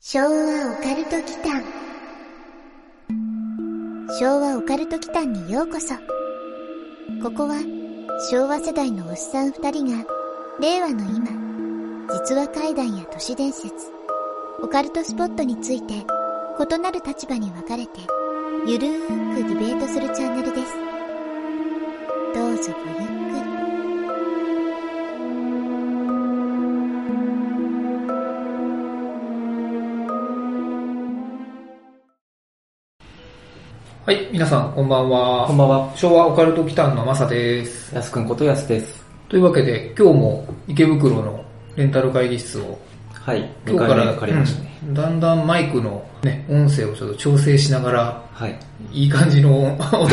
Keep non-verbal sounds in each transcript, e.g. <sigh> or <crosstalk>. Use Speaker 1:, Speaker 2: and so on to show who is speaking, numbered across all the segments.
Speaker 1: 昭和オカルト祈間昭和オカルト祈間にようこそここは昭和世代のおっさん二人が令和の今実話怪談や都市伝説オカルトスポットについて異なる立場に分かれてゆるーくディベートするチャンネルですどうぞごゆっくり
Speaker 2: はい、皆さん、こんばんは。
Speaker 3: こんばんは。
Speaker 2: 昭和オカルト祈間のマサです。
Speaker 3: やすくんことやすです。
Speaker 2: というわけで、今日も池袋のレンタル会議室を、
Speaker 3: はい。
Speaker 2: 今日
Speaker 3: 迎
Speaker 2: か
Speaker 3: えに
Speaker 2: ら、
Speaker 3: かかりましたね。
Speaker 2: うんだんだんマイクの、ね、音声をちょっと調整しながら、
Speaker 3: はい。
Speaker 2: いい感じの <laughs> 音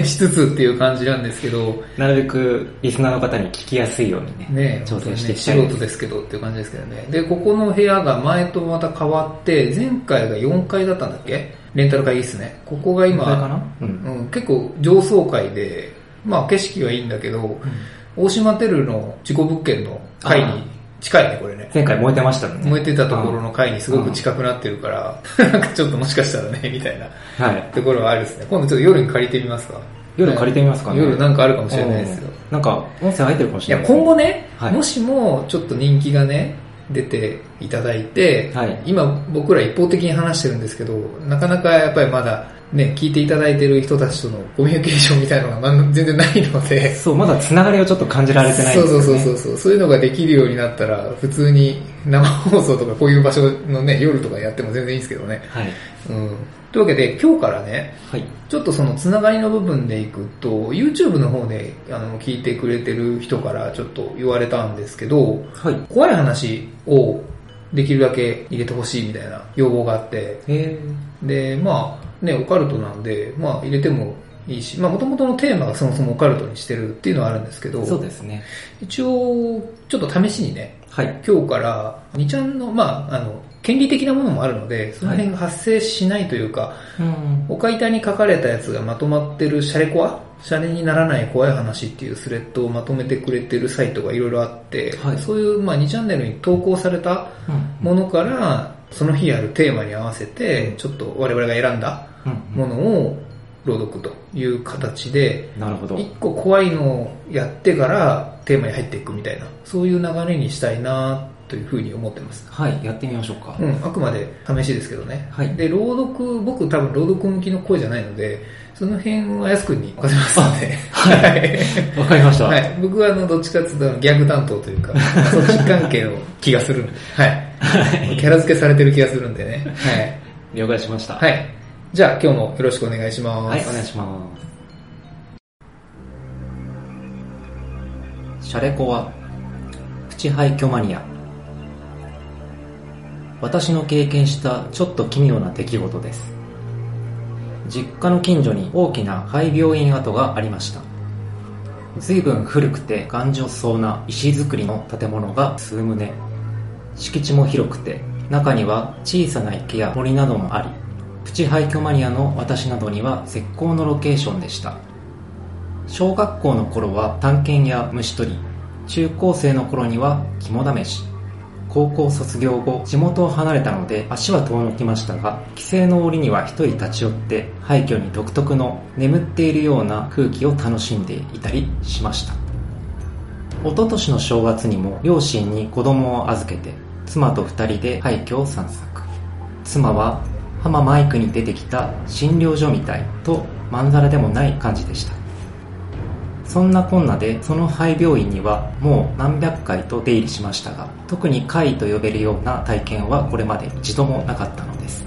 Speaker 2: に <laughs> しつつっていう感じなんですけど、
Speaker 3: なるべくリスナーの方に聞きやすいようにね、
Speaker 2: ね、
Speaker 3: 調整していきたい
Speaker 2: 素人ですけどっていう感じですけどね。で、ここの部屋が前とまた変わって、前回が4階だったんだっけレンタル会議室ね。ここが今、
Speaker 3: これかなうん。
Speaker 2: うん、結構上層階で、まあ景色はいいんだけど、大島テルの事故物件の階に近いね、これね。
Speaker 3: 前回燃えてましたもんね。
Speaker 2: 燃えてたところの階にすごく近くなってるから、 <laughs> なんかちょっともしかしたらね、みたいな
Speaker 3: あ。はい。
Speaker 2: ところはあるですね。今度ちょっと夜に借りてみますか。
Speaker 3: 夜借りてみますかね。
Speaker 2: 夜なん
Speaker 3: か
Speaker 2: かあるかもしれないですよ。。
Speaker 3: なんか、音声入ってるかもし
Speaker 2: い
Speaker 3: れ
Speaker 2: や
Speaker 3: ない。、
Speaker 2: 今後ね、
Speaker 3: はい
Speaker 2: もしもちょっと人気がね、出ていただいて、
Speaker 3: はい
Speaker 2: 今僕ら一方的に話してるんですけど、なかなかやっぱりまだね、聞いていただいてる人たちとのコミュニケーションみたいなのがまん全然ないので、
Speaker 3: そう、まだつながりをちょっと感じられてない
Speaker 2: そ
Speaker 3: で
Speaker 2: う
Speaker 3: す
Speaker 2: そ
Speaker 3: よ
Speaker 2: う
Speaker 3: ね
Speaker 2: そうそうそう、そういうのができるようになったら、普通に生放送とかこういう場所のね、夜とかやっても全然いいんですけどね。
Speaker 3: はい。
Speaker 2: うん。というわけで、今日からね、
Speaker 3: はい。
Speaker 2: ちょっとそのつながりの部分でいくと、YouTube の方であの聞いてくれてる人からちょっと言われたんですけど、
Speaker 3: はい。
Speaker 2: 怖い話をできるだけ入れてほしいみたいな要望があって、
Speaker 3: え
Speaker 2: で、まあね、オカルトなんで、まあ入れてもいいし、まあ元々のテーマがそもそもオカルトにしてるっていうのはあるんですけど
Speaker 3: ー、、そうですね。
Speaker 2: 一応ちょっと試しにね、
Speaker 3: はい。
Speaker 2: 今日から2ちゃんの、まああの、権利的なものもあるので、その辺が発生しないというか、
Speaker 3: うん。
Speaker 2: お解体に書かれたやつがまとまってるシャレコアシャレにならない怖い話っていうスレッドをまとめてくれてるサイトがいろいろあって、
Speaker 3: はい
Speaker 2: そういう、まあ、2チャンネルに投稿されたものから、その日あるテーマに合わせて、ちょっと我々が選んだ
Speaker 3: うん。
Speaker 2: ものを朗読という形で、
Speaker 3: なるほど。
Speaker 2: 1個怖いのをやってからテーマに入っていくみたいな、そういう流れにしたいなというふうに思ってます。
Speaker 3: はい。やってみましょうか。
Speaker 2: うん、あくまで試しですけどね。
Speaker 3: はい
Speaker 2: で、朗読、僕多分朗読向きの声じゃないので、その辺はやすくんに任せますので。 <laughs> はい。
Speaker 3: わかりました。
Speaker 2: は。い。僕はあの、どっちかっていうとギャグ担当と <laughs> いうか、そっち関係の気がするんで。はい。キャラ付けされてる気がするんでね。
Speaker 3: 了解しました。
Speaker 2: はい。はい。じゃあ今日もよろしくお願いします。
Speaker 3: はい、お願いします。シャレコは、プチ廃墟マニア。私の経験したちょっと奇妙な出来事です。実家の近所に大きな廃病院跡がありました。随分古くて頑丈そうな石造りの建物が数棟。敷地も広くて、中には小さな池や森などもあり、プチ廃墟マニアの私などには絶好のロケーションでした小学校の頃は探検や虫取り中高生の頃には肝試し高校卒業後地元を離れたので足は遠のきましたが帰省の折には一人立ち寄って廃墟に独特の眠っているような空気を楽しんでいたりしました一昨年の正月にも両親に子供を預けて妻と二人で廃墟を散策妻は浜マイクに出てきた診療所みたいとまんざらでもない感じでしたそんなこんなでその廃病院にはもう何百回と出入りしましたが特に怪と呼べるような体験はこれまで一度もなかったのです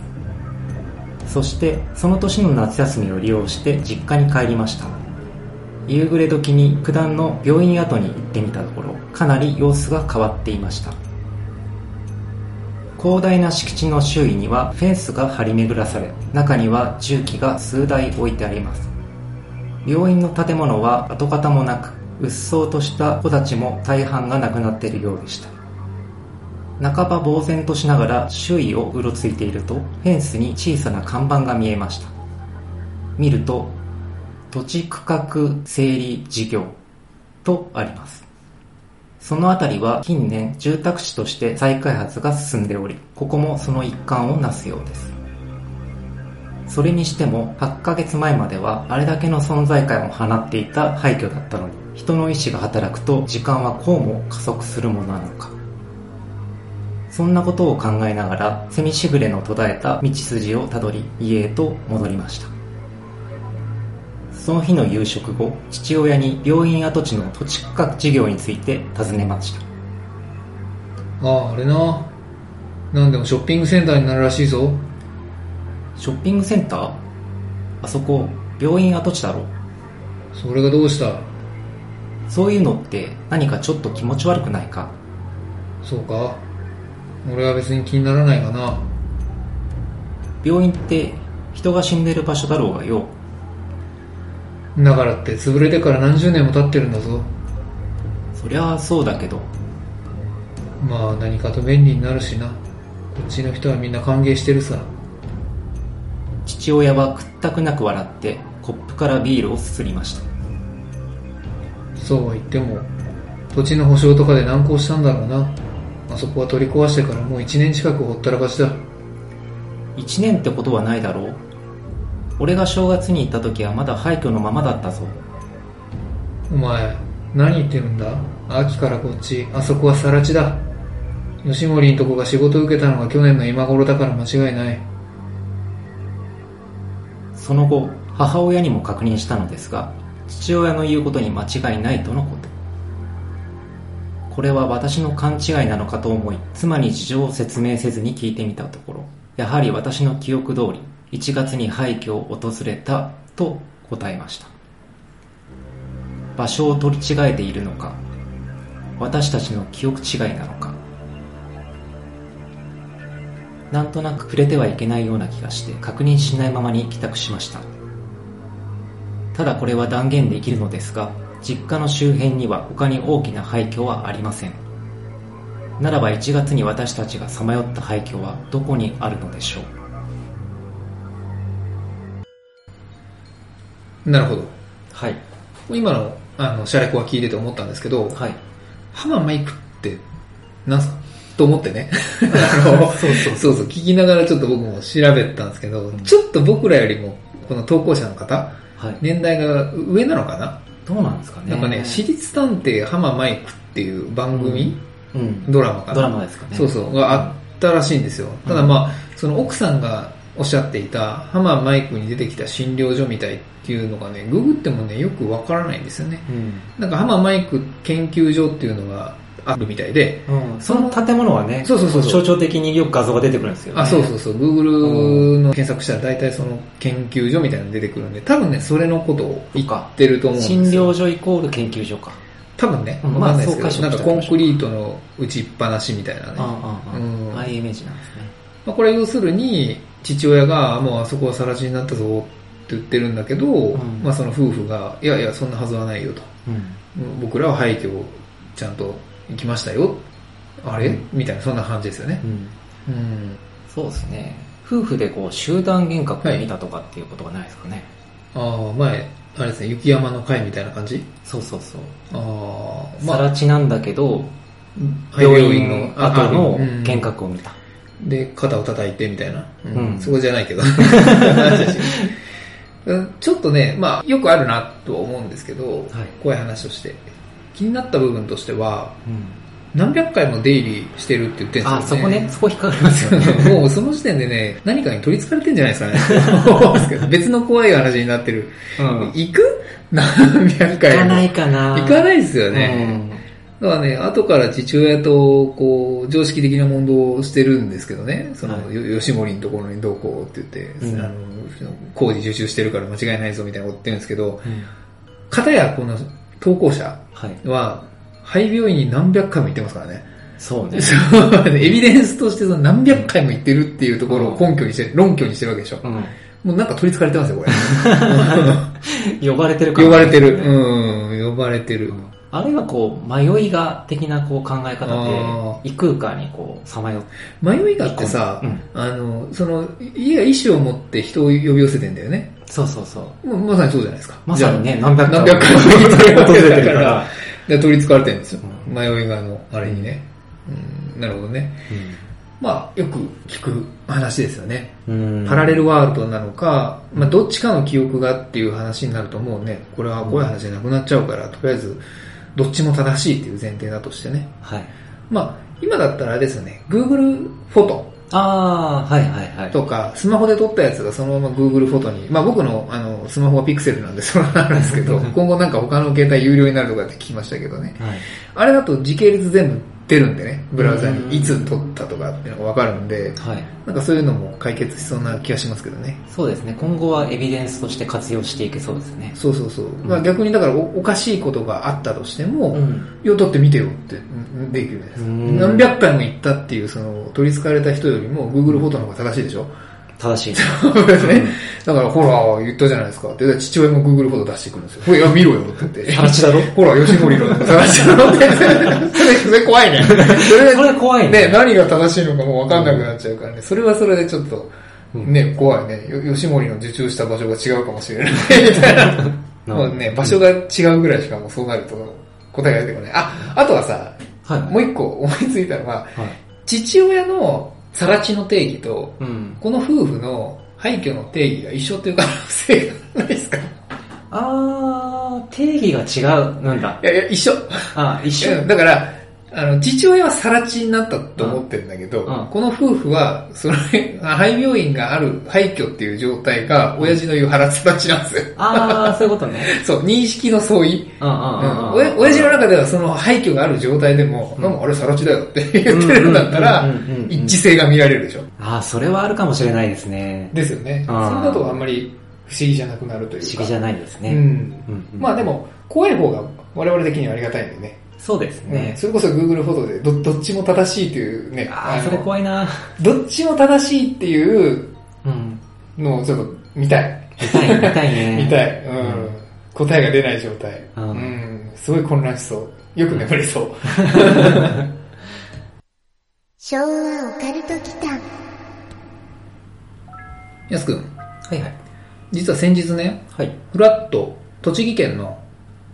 Speaker 3: そしてその年の夏休みを利用して実家に帰りました夕暮れ時に九段の病院跡に行ってみたところかなり様子が変わっていました広大な敷地の周囲にはフェンスが張り巡らされ中には重機が数台置いてあります病院の建物は跡形もなく鬱蒼とした木立も大半がなくなっているようでした半ば呆然としながら周囲をうろついているとフェンスに小さな看板が見えました見ると「土地区画整理事業」とありますその辺りは近年住宅地として再開発が進んでおり、ここもその一環をなすようです。それにしても8ヶ月前まではあれだけの存在感を放っていた廃墟だったのに、人の意志が働くと時間はこうも加速するものなのか。そんなことを考えながら、セミしぐれの途絶えた道筋をたどり、家へと戻りました。その日の夕食後、父親に病院跡地の土地区画事業について尋ねました。
Speaker 2: ああ、あれな。なんでもショッピングセンターになるらしいぞ。
Speaker 3: ショッピングセンターあそこ、病院跡地だろ。
Speaker 2: それがどうした
Speaker 3: そういうのって何かちょっと気持ち悪くないか
Speaker 2: そうか。俺は別に気にならないがな。
Speaker 3: 病院って人が死んでる場所だろうがよ。
Speaker 2: だからって潰れてから何十年も経ってるんだぞ。
Speaker 3: そりゃあそうだけど、
Speaker 2: まあ何かと便利になるしな。こっちの人はみんな歓迎してるさ。
Speaker 3: 父親は屈託なく笑ってコップからビールをすすりました。
Speaker 2: そうは言っても、土地の保証とかで難航したんだろうな。あそこは取り壊してからもう1年近くほったらかしだ。
Speaker 3: 一年ってことはないだろう俺が正月に行った時はまだ廃墟のままだったぞ
Speaker 2: お前、何言ってるんだ秋からこっち、あそこは更地だ。吉森んとこが仕事受けたのが去年の今頃だから間違いない。
Speaker 3: その後母親にも確認したのですが父親の言うことに間違いないとのことこれは私の勘違いなのかと思い妻に事情を説明せずに聞いてみたところやはり私の記憶通り1月に廃墟を訪れたと答えました場所を取り違えているのか私たちの記憶違いなのかなんとなく触れてはいけないような気がして確認しないままに帰宅しましたただこれは断言できるのですが実家の周辺には他に大きな廃墟はありませんならば1月に私たちがさまよった廃墟はどこにあるのでしょう
Speaker 2: なるほど。
Speaker 3: はい
Speaker 2: 今の、あの、シャレコは聞いてて思ったんですけど、
Speaker 3: はい
Speaker 2: 浜マイクって、なんすかと思って
Speaker 3: <laughs>
Speaker 2: ね。あの
Speaker 3: そうそう
Speaker 2: そうそう、聞きながらちょっと僕も調べたんですけど、ちょっと僕らよりも、この投稿者の方、
Speaker 3: はい
Speaker 2: 年代が上なのかな、
Speaker 3: どうなんですかね
Speaker 2: なんかね、私立探偵浜マイクっていう番組、
Speaker 3: うん
Speaker 2: ドラマかな
Speaker 3: ドラマですかね
Speaker 2: そうそう、があったらしいんですよ。ただまあ、その奥さんがおっしゃっていた、浜マイクに出てきた診療所みたいっていうのがね、ググってもね、よくわからないんですよね。
Speaker 3: うん、
Speaker 2: なんか浜マイク研究所っていうのがあるみたいで、
Speaker 3: うん、その建物はね
Speaker 2: そうそうそうそう
Speaker 3: 象徴的によく画像が出てくるんですよ、ね、
Speaker 2: あ、そうそうそう、Google の検索したら大体その研究所みたいなの出てくるんで、多分ね、それのことを言ってると思うんですよ。
Speaker 3: 診療所イコール研究所か
Speaker 2: 多分ね、
Speaker 3: うん
Speaker 2: わかんないですけど、
Speaker 3: まあそう解釈
Speaker 2: なんかコンクリートの打ちっぱなしみたいなね。
Speaker 3: ああああ、
Speaker 2: うん
Speaker 3: ああいうイメージなんですね
Speaker 2: まあ、これ要するに、父親がもうあそこは更地になったぞって言ってるんだけど、
Speaker 3: ん
Speaker 2: まあその夫婦が、いやいや、そんなはずはないよと。
Speaker 3: うん
Speaker 2: うん僕らは廃墟をちゃんと行きましたよ。あれみたいな、そんな感じですよね
Speaker 3: う。ん
Speaker 2: うん
Speaker 3: そうですね夫婦でこう集団幻覚を見たとかっていうことがないですかね、
Speaker 2: ああ、前、あれですね、雪山の会みたいな感じ
Speaker 3: そうそうそう
Speaker 2: ああ、
Speaker 3: さ
Speaker 2: まあ、
Speaker 3: ら地なんだけど
Speaker 2: 病
Speaker 3: 病
Speaker 2: 院
Speaker 3: 院
Speaker 2: の
Speaker 3: の後の
Speaker 2: あうん
Speaker 3: 幻覚を見た、
Speaker 2: で、肩を叩いてみたいな。うん
Speaker 3: うん
Speaker 2: そこじゃない
Speaker 3: <laughs>
Speaker 2: けど。話だしうんちょっとね、まあ、よくあるなとは思うんですけど、
Speaker 3: はい
Speaker 2: 怖い話として。気になった部分としては、
Speaker 3: うん
Speaker 2: 何百回も出入りしてるって言ってるん
Speaker 3: あ
Speaker 2: です
Speaker 3: そ
Speaker 2: よ
Speaker 3: こ
Speaker 2: ね
Speaker 3: ね。そこ引っかかりますよ
Speaker 2: <laughs>
Speaker 3: ね
Speaker 2: もうその時点でね、何かに取り憑かれてんじゃないですかね思うんですけど。別の怖い話になってる。
Speaker 3: <laughs> うん
Speaker 2: 行く何百
Speaker 3: 行
Speaker 2: 回も。
Speaker 3: かないかな
Speaker 2: 行か
Speaker 3: い
Speaker 2: ないですよ
Speaker 3: よ
Speaker 2: ね。だからね、後から父親と、こう、常識的な問答をしてるんですけどね、その、
Speaker 3: は
Speaker 2: よ吉森のところにどうこうって言って、
Speaker 3: うん
Speaker 2: あの、工事受注してるから間違いないぞみたいなこと言ってるんですけど、
Speaker 3: うん、
Speaker 2: かたやこの投稿者
Speaker 3: はい
Speaker 2: は、廃病院に何百回も行ってますからね。 <laughs>
Speaker 3: そうね
Speaker 2: そうエビデンスとしてその何百回も行ってるっていうところを根拠にして、論拠にしてるわけでしょ。
Speaker 3: うん
Speaker 2: もうなんか取り憑かれてますよ、これ。
Speaker 3: <laughs> 呼ばれてる感
Speaker 2: 呼
Speaker 3: じ
Speaker 2: ばれて
Speaker 3: です
Speaker 2: る。
Speaker 3: ね
Speaker 2: うん、呼ばれてる。
Speaker 3: うんあるいはこう迷いが的なこう考え方
Speaker 2: あ
Speaker 3: で異空間にこうさまよって
Speaker 2: 迷いがあってさ、
Speaker 3: うん
Speaker 2: あの、その、家が意志を持って人を呼び寄せてんだよね。
Speaker 3: そうそうそ
Speaker 2: ま
Speaker 3: う
Speaker 2: まさにそうじゃないですか。
Speaker 3: まさに
Speaker 2: じゃ
Speaker 3: ね何
Speaker 2: あ。
Speaker 3: 百
Speaker 2: 何
Speaker 3: 回
Speaker 2: 百回も言ってるわ
Speaker 3: 訪
Speaker 2: け
Speaker 3: れて
Speaker 2: だ
Speaker 3: る
Speaker 2: か
Speaker 3: からら、
Speaker 2: で、取り憑かれてるんですよ。
Speaker 3: うん
Speaker 2: 迷いがの、あれにね。うん、なるほどね。まあ、よく聞く話ですよね。
Speaker 3: うん
Speaker 2: パラレルワールドなのか、まあ、どっちかの記憶がっていう話になるともうね、これは怖い話じゃなくなっちゃうから、とりあえず、どっちも正しいっていう前提だとしてね。
Speaker 3: はい。
Speaker 2: まあ、今だったらあれですよね、Google フォト
Speaker 3: ああ、はいはいはい。
Speaker 2: とか、スマホで撮ったやつがそのまま Google フォトに、まあ僕のあのスマホはピクセルなんでそれはなんですけ
Speaker 3: <laughs>
Speaker 2: ど、今後なんか他の携帯有料になるとかって聞きましたけどね。
Speaker 3: はい。
Speaker 2: あれだと時系列全部出るんでね、ブラウザ
Speaker 3: うん
Speaker 2: にいつ撮ったとかっていうのがわかるんで、
Speaker 3: はい。
Speaker 2: なんかそういうのも解決しそうな気がしますけどね。
Speaker 3: そうですね。今後はエビデンスとして活用していけそうですね。
Speaker 2: そうそうそう。まあ逆にだからおおかしいことがあったとしても、
Speaker 3: うん。
Speaker 2: いや、だって見てよってうんできるじゃないですか。
Speaker 3: うん
Speaker 2: 何百回も行ったっていう、その、取り憑かれた人よりも Google フォトの方が正しいでしょ
Speaker 3: 正しいです。
Speaker 2: <laughs> そうですね。 <laughs> だから、ほら、言ったじゃないですか。で、父親も Google フォト出してくるんですよ。ほら、いや見ろよって言って。 <laughs>
Speaker 3: 更地だろ
Speaker 2: ほら、吉森の話だろって。 <laughs> それ怖いね。それ
Speaker 3: これ怖いね
Speaker 2: ね、何が正しいのかもう分かんなくなっちゃうからね。それはそれでちょっと、ね、怖いね。よ吉森の受注した場所が違うかもしれない。みたいな。もうね、場所が違うぐらいしかもうそうなると答えが出てこない。あ、あとはさ、
Speaker 3: はい。
Speaker 2: もう一個思いついたのは、
Speaker 3: はい。
Speaker 2: 父親のさらちの定義と、
Speaker 3: うん。
Speaker 2: この夫婦の廃墟の定義が一緒っていう可能性がないですかい
Speaker 3: あー、定義が違う。なんだ。
Speaker 2: やいや、一緒。
Speaker 3: あー、一緒。
Speaker 2: うんだから、あの、父親はさらちになったと思ってるんだけど、
Speaker 3: うんうん
Speaker 2: この夫婦は、その、 <laughs> 廃病院がある廃墟っていう状態が、親父の言う腹さらちなんですよ。 <laughs>
Speaker 3: あー、そういうことね。
Speaker 2: そう、認識の相違。
Speaker 3: うんうん
Speaker 2: う
Speaker 3: うんうん
Speaker 2: ん。おや親父の中ではその廃墟がある状態でも、
Speaker 3: うん
Speaker 2: なんかあれさらちだよって <laughs> 言ってるんだったら
Speaker 3: うんうんうんうん、
Speaker 2: 一致性が見られるでしょ。
Speaker 3: あー、それはあるかもしれないですね。
Speaker 2: ですよね。それ
Speaker 3: あー
Speaker 2: だとあんまり不思議じゃなくなるという
Speaker 3: 不
Speaker 2: か。
Speaker 3: 思議じゃないです
Speaker 2: う
Speaker 3: ね。
Speaker 2: ん。
Speaker 3: うんうん
Speaker 2: まあで。も、怖い方が我々的にはありがたいんでね。
Speaker 3: そうです
Speaker 2: うん
Speaker 3: ね。
Speaker 2: それこそ Google フォトでどどっちも正しいというね。
Speaker 3: あー、
Speaker 2: の
Speaker 3: それ怖いな。
Speaker 2: どっちも正しいっていう
Speaker 3: うん。
Speaker 2: のをちょっと見たい。
Speaker 3: 見たい、見たい
Speaker 2: <laughs>
Speaker 3: ね。
Speaker 2: 見たい。うん。
Speaker 3: うん
Speaker 2: 答えが出ない状態。
Speaker 3: う
Speaker 2: うんん。すごい混乱しそう。よく眠れそう。
Speaker 1: 昭和オカルト祈間
Speaker 2: やすくん、
Speaker 3: はいはい。
Speaker 2: 実は先日ね、
Speaker 3: はい。
Speaker 2: ふらっと栃木県の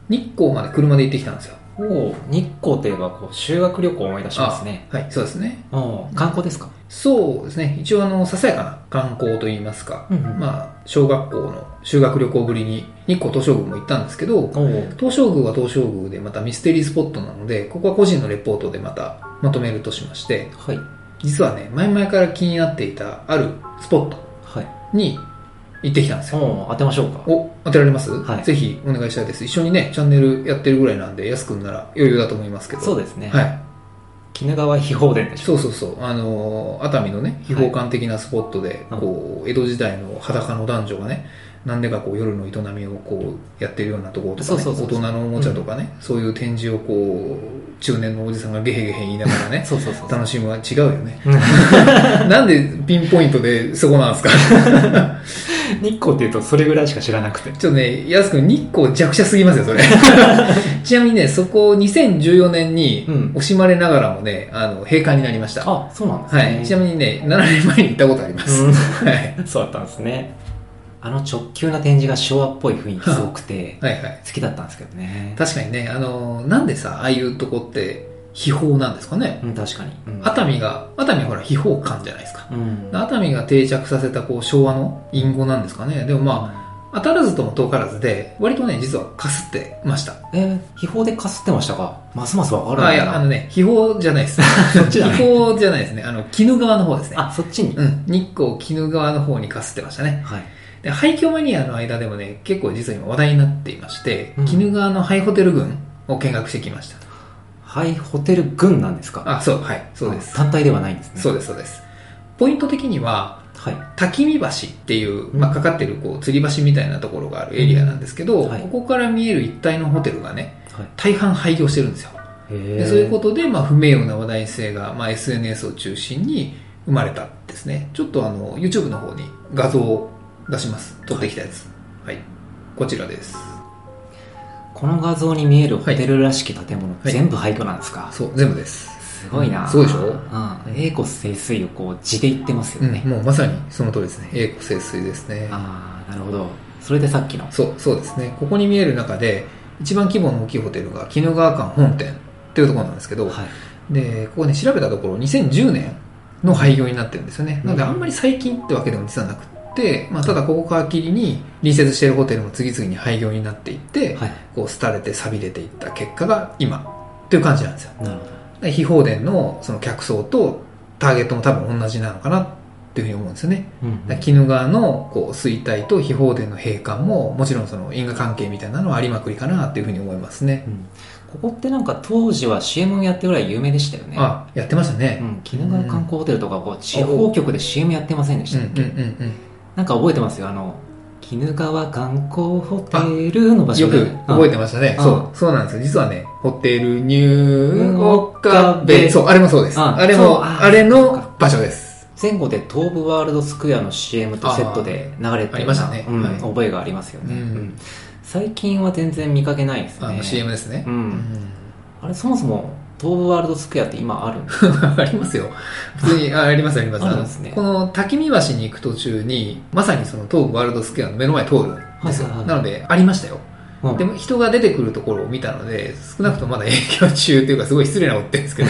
Speaker 2: 日光まで車で行ってきたんですよ。
Speaker 3: おお、日光といえばこう修学旅行を思い出しますね。
Speaker 2: はい、そうですね。
Speaker 3: おー観光ですか
Speaker 2: そうですね。一応あの、ささやかな観光といいますか、
Speaker 3: うんうん
Speaker 2: まあ、小学校の修学旅行ぶりに日光東照宮も行ったんですけど、
Speaker 3: おお。
Speaker 2: 東照宮は東照宮でまたミステリースポットなので、ここは個人のレポートでまたまとめるとしまして、
Speaker 3: はい。
Speaker 2: 実はね、前々から気になっていたあるスポット
Speaker 3: はい。
Speaker 2: に行ってきたんですよ。
Speaker 3: おお、当てましょうか。
Speaker 2: お、当てられます、
Speaker 3: はい
Speaker 2: ぜひお願いしたいです。一緒にね、チャンネルやってるぐらいなんで、やすくんなら余裕だと思いますけど。
Speaker 3: そうですね。。
Speaker 2: はいい。
Speaker 3: 鬼怒川秘宝殿でしょ。
Speaker 2: そうそうそう。あのー熱海のね、秘宝館的なスポットで、
Speaker 3: はい
Speaker 2: こう、江戸時代の裸の男女がね、なんでかこう夜の営みをこうやってるようなところとか、ね、
Speaker 3: そうそうそうそ
Speaker 2: 大
Speaker 3: う
Speaker 2: 人のおもちゃとかね、そういう展示をこう、中年のおじさんがゲヘゲヘ言いながらね、
Speaker 3: <laughs> そうそうそう。
Speaker 2: 楽しむは違うよね。なんでピンポイントでそこなんですか
Speaker 3: 日光っていうとそれぐらいしか知らなくて。
Speaker 2: ちょっとね、やすくん日光弱者すぎますよ、そ
Speaker 3: <laughs>
Speaker 2: れ。ちなみにね、そこ2014年に
Speaker 3: うん
Speaker 2: 惜しまれながらもね、あの、閉館になりました。
Speaker 3: あ、そうなんですね。
Speaker 2: はい。ちなみにね、7年前に行ったことあります。
Speaker 3: う
Speaker 2: <laughs>
Speaker 3: ん
Speaker 2: はい。
Speaker 3: そうだったんです <laughs> ね。あの直球な展示が昭和っぽい雰囲気すごくて、
Speaker 2: はいはい。
Speaker 3: 好きだったんですけどね。
Speaker 2: 確かにね、あの、なんでさ、ああいうとこって秘宝なんですかね。
Speaker 3: うん、確かに。うん。
Speaker 2: 熱海が、熱海はほら秘宝館じゃないですか。
Speaker 3: うん。
Speaker 2: 熱海が定着させたこう昭和の隠語なんですかね。でもまあ、当たらずとも遠からずで、割とね、実はかすってました。
Speaker 3: えー、秘宝でかすってましたかますますわかる
Speaker 2: あ、い
Speaker 3: ん
Speaker 2: や、あ
Speaker 3: だ
Speaker 2: の
Speaker 3: な。
Speaker 2: ね、秘宝じゃない
Speaker 3: <laughs>
Speaker 2: です。
Speaker 3: っちだね
Speaker 2: 秘宝じゃないですね。あの、鬼怒川の方ですね。
Speaker 3: あ、そっちに。
Speaker 2: うん。日光鬼怒川の方にかすってましたね。
Speaker 3: はい。
Speaker 2: で、廃墟マニアの間でもね、結構実は今話題になっていまして、
Speaker 3: うん
Speaker 2: 鬼怒川の廃ホテル群を見学してきました。
Speaker 3: はい、ホテル群なんですか
Speaker 2: あ、そう、はい、そうです。
Speaker 3: 単体ではないんですね。
Speaker 2: そうです、そうです。ポイント的には、
Speaker 3: はい。
Speaker 2: 滝見橋っていう、
Speaker 3: うん
Speaker 2: まあ、かかってるこう吊り橋みたいなところがあるエリアなんですけど、
Speaker 3: はい
Speaker 2: ここから見える一帯のホテルがね、
Speaker 3: はい。
Speaker 2: 大半廃業してるんですよ。
Speaker 3: へ
Speaker 2: でそういうことで、まあ、不名誉な話題性が、まあ、SNS を中心に生まれたですね。ちょっとあの、YouTube の方に画像を出します。撮ってきたやつ。はい。こちらです。
Speaker 3: この画像に見えるホテルらしき建物、
Speaker 2: い
Speaker 3: 全部廃墟なんですか
Speaker 2: そう、全部です。
Speaker 3: すごいな
Speaker 2: すごいでしょ
Speaker 3: うん。栄骨清水をこう、地で言ってます
Speaker 2: う
Speaker 3: よ
Speaker 2: ん
Speaker 3: ね。、
Speaker 2: もうまさにその通りですね。栄光清水ですね。
Speaker 3: ああ、なるほど。それでさっきの。
Speaker 2: そう、そうですね。ここに見える中で、一番規模の大きいホテルが鬼怒川館本店っていうところなんですけど、
Speaker 3: はい
Speaker 2: でここね調べたところ2010年の廃業になってるんですよねなので
Speaker 3: うん
Speaker 2: あんまり最近ってわけでも実はなくって、まあ、ただここ皮切りに隣接しているホテルも次々に廃業になっていって、
Speaker 3: はい
Speaker 2: こう廃れて錆びれていった結果が今っていう感じなんですよ
Speaker 3: なるほど
Speaker 2: で非放電のその客層とターゲットも多分同じなのかなっていうふうに思うんですよね
Speaker 3: うん
Speaker 2: だから鬼怒川のこう衰退と非放電の閉館ももちろんその因果関係みたいなのはありまくりかなっていうふうに思いますね
Speaker 3: うんここってなんか当時は CM をやってるぐらい有名でしたよね
Speaker 2: あやってましたね、
Speaker 3: うん鬼怒川観光ホテルとかこう地方局で CM やってませんでしたっけ、
Speaker 2: うんうんうんうん
Speaker 3: なんか覚えてますよあの鬼怒川観光ホテルの場所
Speaker 2: よ
Speaker 3: で
Speaker 2: く覚えて
Speaker 3: ま
Speaker 2: ましたね。
Speaker 3: うん
Speaker 2: そう、そうなんですよ。実はね、ホテルニューオカ
Speaker 3: う
Speaker 2: ベ。
Speaker 3: ん
Speaker 2: そう、あれもそうです。
Speaker 3: あ
Speaker 2: あれ
Speaker 3: そう
Speaker 2: も、
Speaker 3: あ
Speaker 2: あれ
Speaker 3: そう
Speaker 2: の
Speaker 3: か
Speaker 2: 場所です。
Speaker 3: す前後で東武ワールドスクエアの CM とセットで流れてた
Speaker 2: ありましたね
Speaker 3: うん
Speaker 2: はい
Speaker 3: 覚えがありますよね、
Speaker 2: うん
Speaker 3: うん最近は全然見かけないです
Speaker 2: あ
Speaker 3: ね
Speaker 2: の CM ですね
Speaker 3: う。
Speaker 2: うんん <laughs>
Speaker 3: あれそもそも東武ワールドスクエアって今あるんです
Speaker 2: ありますよ。普通に、あ、ありますあります。
Speaker 3: あ
Speaker 2: あ
Speaker 3: るん
Speaker 2: の
Speaker 3: ですね
Speaker 2: この滝見橋に行く途中に、まさにその東武ワールドスクエアの目の前通るんですよ。
Speaker 3: はいはいはい
Speaker 2: なので、ありましたよ。
Speaker 3: か、うん
Speaker 2: でも人が出てくるところを見たので、少なくともまだ営業中っていうかすごい失礼なこと言ってるんですけ
Speaker 3: <laughs>
Speaker 2: ど、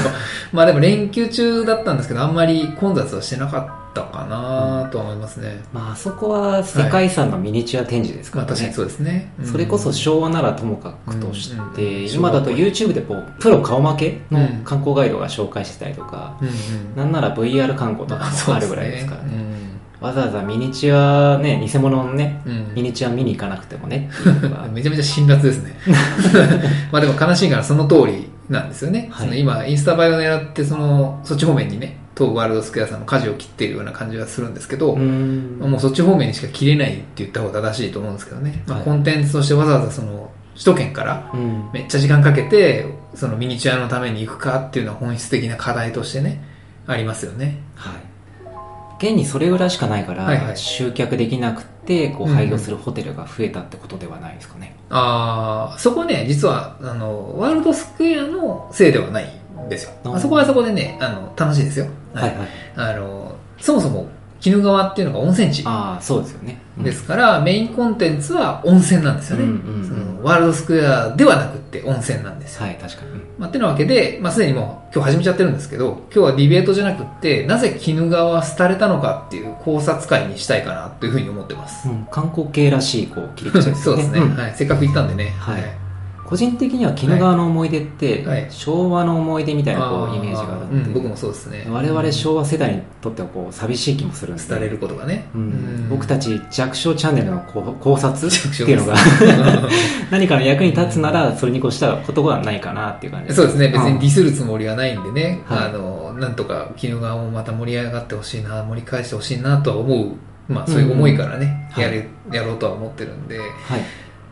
Speaker 2: まあでも連休中だったんですけど、あんまり混雑はしてなかったかなとは思いますね。
Speaker 3: まああそこは世界遺産のミニチュア展示ですか
Speaker 2: まあ
Speaker 3: らね、
Speaker 2: 確かにそうですね。うん
Speaker 3: それこそ昭和ならともかくとして、
Speaker 2: うんうん
Speaker 3: 今だと YouTube でこうプロ顔負けの観光ガイドが紹介してたりとか、
Speaker 2: うんうん。
Speaker 3: なんなら VR 観光とか
Speaker 2: ま
Speaker 3: もあるぐらいですからね
Speaker 2: そう
Speaker 3: わざわざミニチュアね偽物のね
Speaker 2: ですねうん
Speaker 3: ミニチュア見に行かなくてもねっていうの
Speaker 2: う <laughs>
Speaker 3: が
Speaker 2: んめちゃめちゃ辛辣ですね。
Speaker 3: <laughs>
Speaker 2: まあでも悲しいからその通りなんですよね。
Speaker 3: はい
Speaker 2: その今、インスタ映えを狙って、その、そっち方面にね、東武ワールドスクエアさんの舵を切っているような感じがするんですけど、
Speaker 3: うーん
Speaker 2: もうそっち方面にしか切れないって言った方が正しいと思うんですけどね。まあ
Speaker 3: はい
Speaker 2: コンテンツとしてわざわざその、首都圏から
Speaker 3: うん
Speaker 2: めっちゃ時間かけて、そのミニチュアのために行くかっていうのは本質的な課題としてね、ありますよね。
Speaker 3: はい現にそれぐらいしかないから、
Speaker 2: はいはい
Speaker 3: 集客できなくてこ
Speaker 2: う
Speaker 3: う
Speaker 2: んうん
Speaker 3: 廃業するホテルが増えたってことではないですかね、
Speaker 2: あーそこね、実は、あの、ワールドスクエアのせいではないんですよ。
Speaker 3: あー
Speaker 2: あそこはそこでね、あの、楽しいですよ。
Speaker 3: はいはい
Speaker 2: あの、そもそも、鬼怒川っていうのが温泉地
Speaker 3: ああそうですよねうん
Speaker 2: ですから、メインコンテンツは温泉なんですよね。
Speaker 3: うんうんうん
Speaker 2: そのワールドスクエアではなくって温泉なんですよ。
Speaker 3: はい確かに、うん
Speaker 2: まあ、てなわけで、まあ、すでにもう今日始めちゃってるんですけど、今日はディベートじゃなくって、なぜ鬼怒川は廃れたのかっていう考察会にしたいかなというふうに思ってます。
Speaker 3: うん観光系らしいこう切り口です
Speaker 2: <laughs> そ
Speaker 3: よ
Speaker 2: う
Speaker 3: ね
Speaker 2: ですね、
Speaker 3: ん
Speaker 2: はい。せっかく行ったんでね。
Speaker 3: はい個人的には鬼怒川の思い出って、
Speaker 2: はいはい
Speaker 3: 昭和の思い出みたいなこ
Speaker 2: あ
Speaker 3: うイメージがある
Speaker 2: う
Speaker 3: ので、
Speaker 2: ん、僕もそうですね
Speaker 3: 我々昭和世代にとってはこう寂しい気もするんです
Speaker 2: 廃れることがね、
Speaker 3: う
Speaker 2: うん
Speaker 3: ん、僕たち弱小チャンネルのこう考察っていうのが <laughs>
Speaker 2: う
Speaker 3: 何かの役に立つならそれに越したことはないかなっていう感じ
Speaker 2: ん <laughs> そうですね別に
Speaker 3: ん
Speaker 2: ディスるつもりはないんでね、
Speaker 3: は
Speaker 2: あ
Speaker 3: い
Speaker 2: のなんとか鬼怒川もまた盛り上がってほしいな盛り返してほしいなとは思うまあそういう思いからね、
Speaker 3: うん
Speaker 2: やれやろうとは思ってるんで
Speaker 3: はい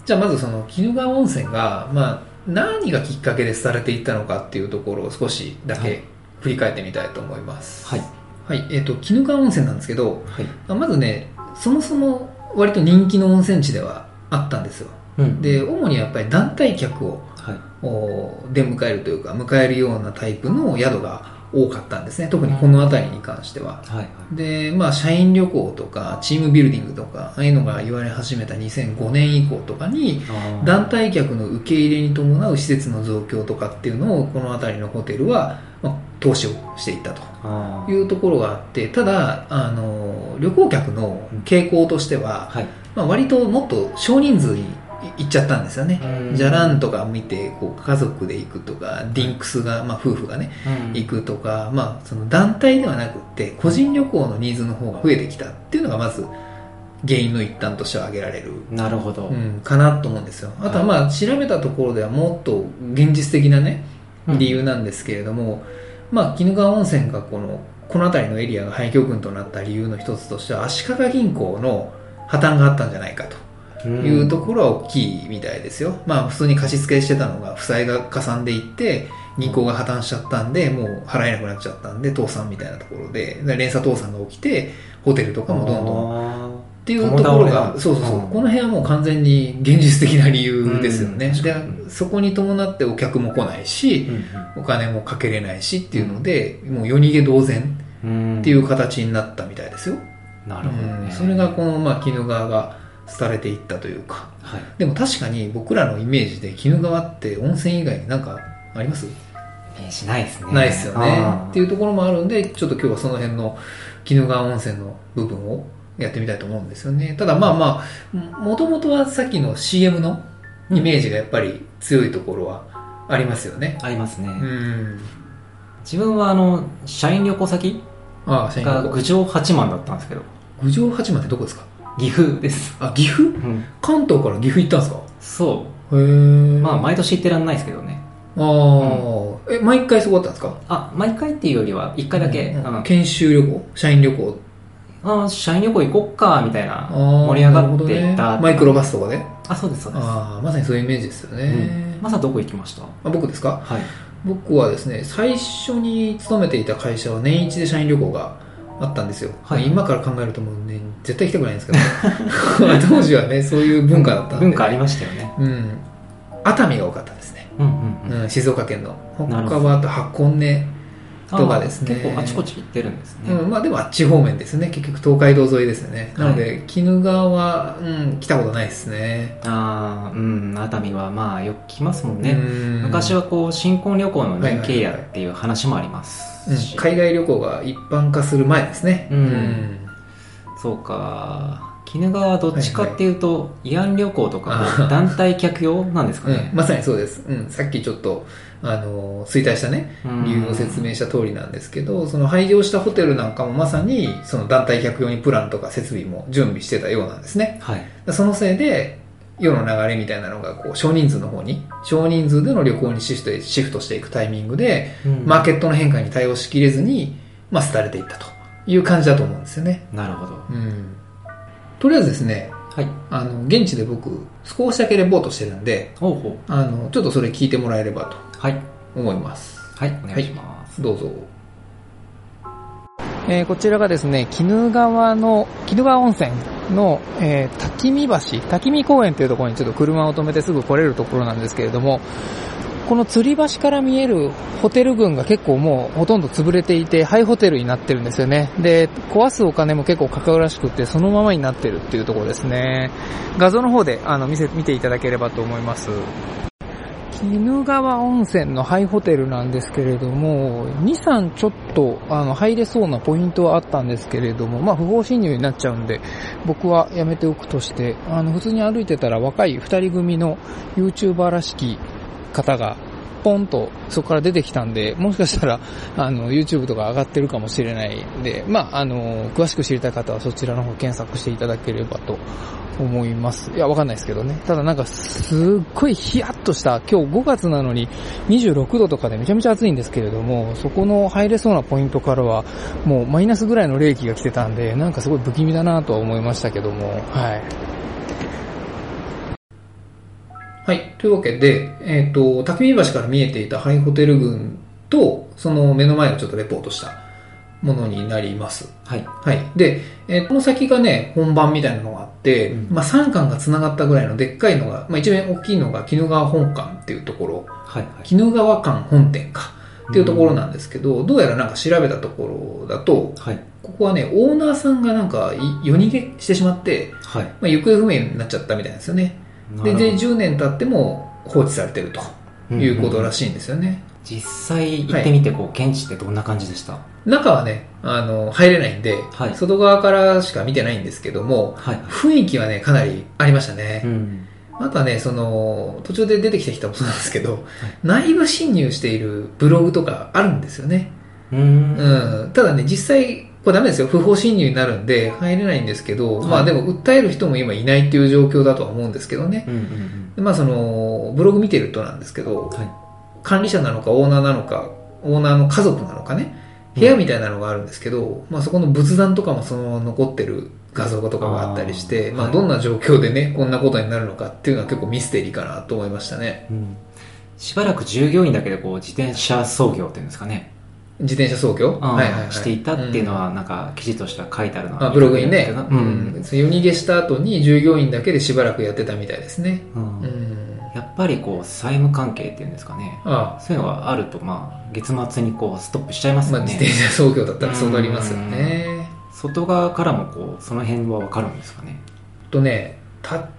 Speaker 2: じゃあまずその鬼怒川温泉がまあ何がきっかけで廃れていったのかっていうところを少しだ
Speaker 3: はい
Speaker 2: け振り返ってみたいと思います
Speaker 3: はい
Speaker 2: はい、えっ、と鬼怒川温泉なんですけど
Speaker 3: はい
Speaker 2: まあまずねそもそも割と人気の温泉地ではあったんですよ
Speaker 3: うん
Speaker 2: で主にやっぱり団体客を
Speaker 3: はい
Speaker 2: お出迎えるというか迎えるようなタイプの宿が多かったんですね特にこの辺りに関しては、
Speaker 3: はいはい
Speaker 2: でまあ社員旅行とかチームビルディングとかああいうのが言われ始めた2005年以降とかに
Speaker 3: あー
Speaker 2: 団体客の受け入れに伴う施設の増強とかっていうのをこの辺りのホテルは、まあ投資をしていったと
Speaker 3: あー
Speaker 2: いうところがあってただあの旅行客の傾向としては、
Speaker 3: はい
Speaker 2: まあ、割ともっと少人数に行っちゃったんですよね、
Speaker 3: うん
Speaker 2: じゃらんとか見てこう家族で行くとかディンクスが、まあ、夫婦がね
Speaker 3: うん
Speaker 2: 行くとか、まあ、その団体ではなくって個人旅行のニーズの方が増えてきたっていうのがまず原因の一端としては挙げられる、
Speaker 3: なるほど、
Speaker 2: うん、かなと思うんですよあとはまあ調べたところではもっと現実的なね
Speaker 3: うん
Speaker 2: 理由なんですけれども、まあ鬼怒川温泉がこのこの辺りのエリアが廃墟群となった理由の一つとしては足利銀行の破綻があったんじゃないかと
Speaker 3: うん
Speaker 2: いうところは大きいみたいですよ、まあ普通に貸し付けしてたのが負債がかさんでいって銀行が破綻しちゃったんでもう払えなくなっちゃったんで倒産みたいなところでで連鎖倒産が起きてホテルとかもどんどんっ
Speaker 3: あー
Speaker 2: ていうところ
Speaker 3: 共倒れ
Speaker 2: が
Speaker 3: だ
Speaker 2: そうそうそう、
Speaker 3: うん
Speaker 2: この辺はもう完全に現実的な理由ですよね、
Speaker 3: うん
Speaker 2: で
Speaker 3: 確かに
Speaker 2: そこに伴ってお客も来ないし、お金もかけれないしっていうので、もう夜逃げ同然
Speaker 3: うんうん
Speaker 2: っていう形になったみたいですよ、
Speaker 3: なるほどね、
Speaker 2: うんそれがこの、まあ、鬼怒川が廃れていったというか
Speaker 3: はい
Speaker 2: でも確かに僕らのイメージで鬼怒川って温泉以外になんかあります
Speaker 3: えーしないですね
Speaker 2: ないですよね
Speaker 3: あー
Speaker 2: っていうところもあるんでちょっと今日はその辺の鬼怒川温泉の部分をやってみたいと思うんですよねただまあまあもともとはさっきの CM のイメージがやっぱり強いところはありますよね
Speaker 3: ありますね、
Speaker 2: うん
Speaker 3: 自分はあの社員旅行先
Speaker 2: ああ社員
Speaker 3: が
Speaker 2: 旅行
Speaker 3: 郡上八幡だったんですけど
Speaker 2: 郡上八幡ってどこですか
Speaker 3: 岐阜です、
Speaker 2: あ岐阜
Speaker 3: うん、
Speaker 2: 関東から岐阜行ったんですか
Speaker 3: そ
Speaker 2: へえ
Speaker 3: うまあ
Speaker 2: あ
Speaker 3: 毎年行ってらんないですけどね
Speaker 2: あー、え毎回そこだったんですか
Speaker 3: あ毎回っていうよりは1回だけ、
Speaker 2: うん
Speaker 3: あの
Speaker 2: 研修旅行社員旅行
Speaker 3: あ社員旅行行こっかみたいな
Speaker 2: あー
Speaker 3: 盛り上がって
Speaker 2: なるほ
Speaker 3: い
Speaker 2: ど
Speaker 3: た、
Speaker 2: ね、マイクロバスとかで
Speaker 3: あそうですそうです
Speaker 2: ああまさにそういうイメージですよね、
Speaker 3: うんマサどこ行きました
Speaker 2: あ僕ですか
Speaker 3: はい
Speaker 2: 僕はですね最初に勤めていた会社は年一で社員旅行があったんですよ、
Speaker 3: はい
Speaker 2: まあ今から考えるともうね絶対行きたくないんですけど <laughs> 当時はねそういう文化だったんで
Speaker 3: 文化ありましたよね
Speaker 2: うん熱海が多かったですね、
Speaker 3: うんうんうん
Speaker 2: うん、静岡県の
Speaker 3: な
Speaker 2: 他
Speaker 3: るほ
Speaker 2: はあと箱根
Speaker 3: あー
Speaker 2: とかですね
Speaker 3: 結構あちこち行ってるんですね、
Speaker 2: うん、まあでもあっち方面ですね結局東海道沿いですよねなの
Speaker 3: は
Speaker 2: で鬼怒川は、うん、来たことないですね
Speaker 3: ああうん熱海はまあよく来ますもん
Speaker 2: う
Speaker 3: ね、
Speaker 2: ん
Speaker 3: 昔はこう新婚旅行の人気やっていう話もあります
Speaker 2: うん
Speaker 3: し、
Speaker 2: 海外旅行が一般化する前ですね
Speaker 3: うんそうか鬼怒川はどっちかっていうと、慰安旅行とかこう
Speaker 2: あー
Speaker 3: 団体客用なんですか
Speaker 2: うん
Speaker 3: ね、
Speaker 2: まさにそうです、うん、さっきちょっと、あのー衰退したね
Speaker 3: うん
Speaker 2: 理由を説明した通りなんですけど、その廃業したホテルなんかもまさにその団体客用にプランとか設備も準備してたようなんですね
Speaker 3: はい
Speaker 2: そのせいで世の流れみたいなのがこう少人数の方に少人数での旅行にシフトシフトしていくタイミングで
Speaker 3: うん
Speaker 2: マーケットの変化に対応しきれずに、まあ、廃れていったという感じだと思うんですよね、
Speaker 3: なるほど
Speaker 2: うん、とりあえずですね
Speaker 3: はい
Speaker 2: あの現地で僕少しだけレポートしてるんで
Speaker 3: ほうほう
Speaker 2: あのちょっとそれ聞いてもらえれば
Speaker 3: はい
Speaker 2: と思います
Speaker 3: はいお願いします、
Speaker 2: どうぞ、えーこちらがですね鬼怒川の鬼怒川温泉の、えー滝見橋滝見公園というところにちょっと車を止めてすぐ来れるところなんですけれどもこの吊り橋から見えるホテル群が結構もうほとんど潰れていて、ハイホテルになってるんですよね。で、壊すお金も結構かかるらしくって、そのままになってるっていうところですね。画像の方で、あの、見せ、見ていただければと思います。鬼怒川温泉のハイホテルなんですけれども、2、3ちょっと、あの、入れそうなポイントはあったんですけれども、まあ、不法侵入になっちゃうんで、僕はやめておくとして、あの、普通に歩いてたら若い2人組の YouTuber らしき方が、ポンとそこから出てきたんで、もしかしたら、あの、YouTube とか上がってるかもしれないんで、まあ、あの、詳しく知りたい方はそちらの方検索していただければと思います。いや、わかんないですけどね。ただなんか、すっごいヒヤッとした、今日5月なのに26度とかでめちゃめちゃ暑いんですけれども、そこの入れそうなポイントからは、もうマイナスぐらいの冷気が来てたんで、なんかすごい不気味だなとは思いましたけども、はい。はい。というわけで、えっ、と、焚き火橋から見えていたハイホテル群と、その目の前をちょっとレポートしたものになります。
Speaker 3: はい
Speaker 2: はい。で、えーこの先がね、本番みたいなのがあって、
Speaker 3: うん
Speaker 2: まあ3巻が繋がったぐらいのでっかいのが、まあ一番大きいのが、鬼怒川本館っていうところ、
Speaker 3: はいはい
Speaker 2: 鬼怒川館本店かっていうところなんですけど、どうやらなんか調べたところだと、
Speaker 3: はい
Speaker 2: ここはね、オーナーさんがなんかい夜逃げしてしまって、
Speaker 3: はい
Speaker 2: まあ、行方不明になっちゃったみたいなんですよね。
Speaker 3: なる
Speaker 2: で
Speaker 3: ほど
Speaker 2: で、10年経っても放置されてるということら
Speaker 3: い、
Speaker 2: しいんですよね。
Speaker 3: 実際行ってみてこう現地ってどんな感じでした
Speaker 2: 中はね、あの、入れないんで、
Speaker 3: はい
Speaker 2: 外側からしか見てないんですけども、
Speaker 3: はいは
Speaker 2: 雰囲気はね、かなりありました
Speaker 3: い、う
Speaker 2: ね。
Speaker 3: ん、
Speaker 2: あとはね、その、途中で出てきた人もそうなんですけど、内部侵入しているブログとかあるんですよね。
Speaker 3: うーん
Speaker 2: うん。ただね、実際、これダメですよ。不法侵入になるんで、入れないんですけど、
Speaker 3: はい
Speaker 2: まあでも、訴える人も今いないっていう状況だとは思うんですけどね。
Speaker 3: うんうん
Speaker 2: でまあその、ブログ見てるとなんですけど、
Speaker 3: はい
Speaker 2: 管理者なのかオーナーなのか、オーナーの家族なのかね、
Speaker 3: うん
Speaker 2: 部屋みたいなのがあるんですけど、まあそこの仏壇とかもそのまま残ってる画像とかがあったりして、
Speaker 3: あー
Speaker 2: まあどんな状況でね、こんなことになるのかっていうのは結構ミステリーかなと思いましたね。
Speaker 3: うん、うん、しばらく従業員だけでこう自転車操業っていうんですかね、
Speaker 2: 自転車走
Speaker 3: う
Speaker 2: 行、
Speaker 3: んしていたっていうのはなんか記事としては書いてあるの
Speaker 2: うん
Speaker 3: は
Speaker 2: まあ、ブログにね、
Speaker 3: う
Speaker 2: うん
Speaker 3: ん、
Speaker 2: そう夜逃げした後に従業員だけでしばらくやってたみたいですね。
Speaker 3: うん
Speaker 2: うん。
Speaker 3: やっぱりこう債務関係っていうんですかね
Speaker 2: あ
Speaker 3: そういうのがあるとまあ月末にこうストップしちゃいま
Speaker 2: あ、
Speaker 3: す
Speaker 2: まあ
Speaker 3: よ
Speaker 2: 自
Speaker 3: ね、
Speaker 2: 転車走行だったらそうなりますよね。
Speaker 3: 外側からもこうその辺はわかるんですかね
Speaker 2: とね、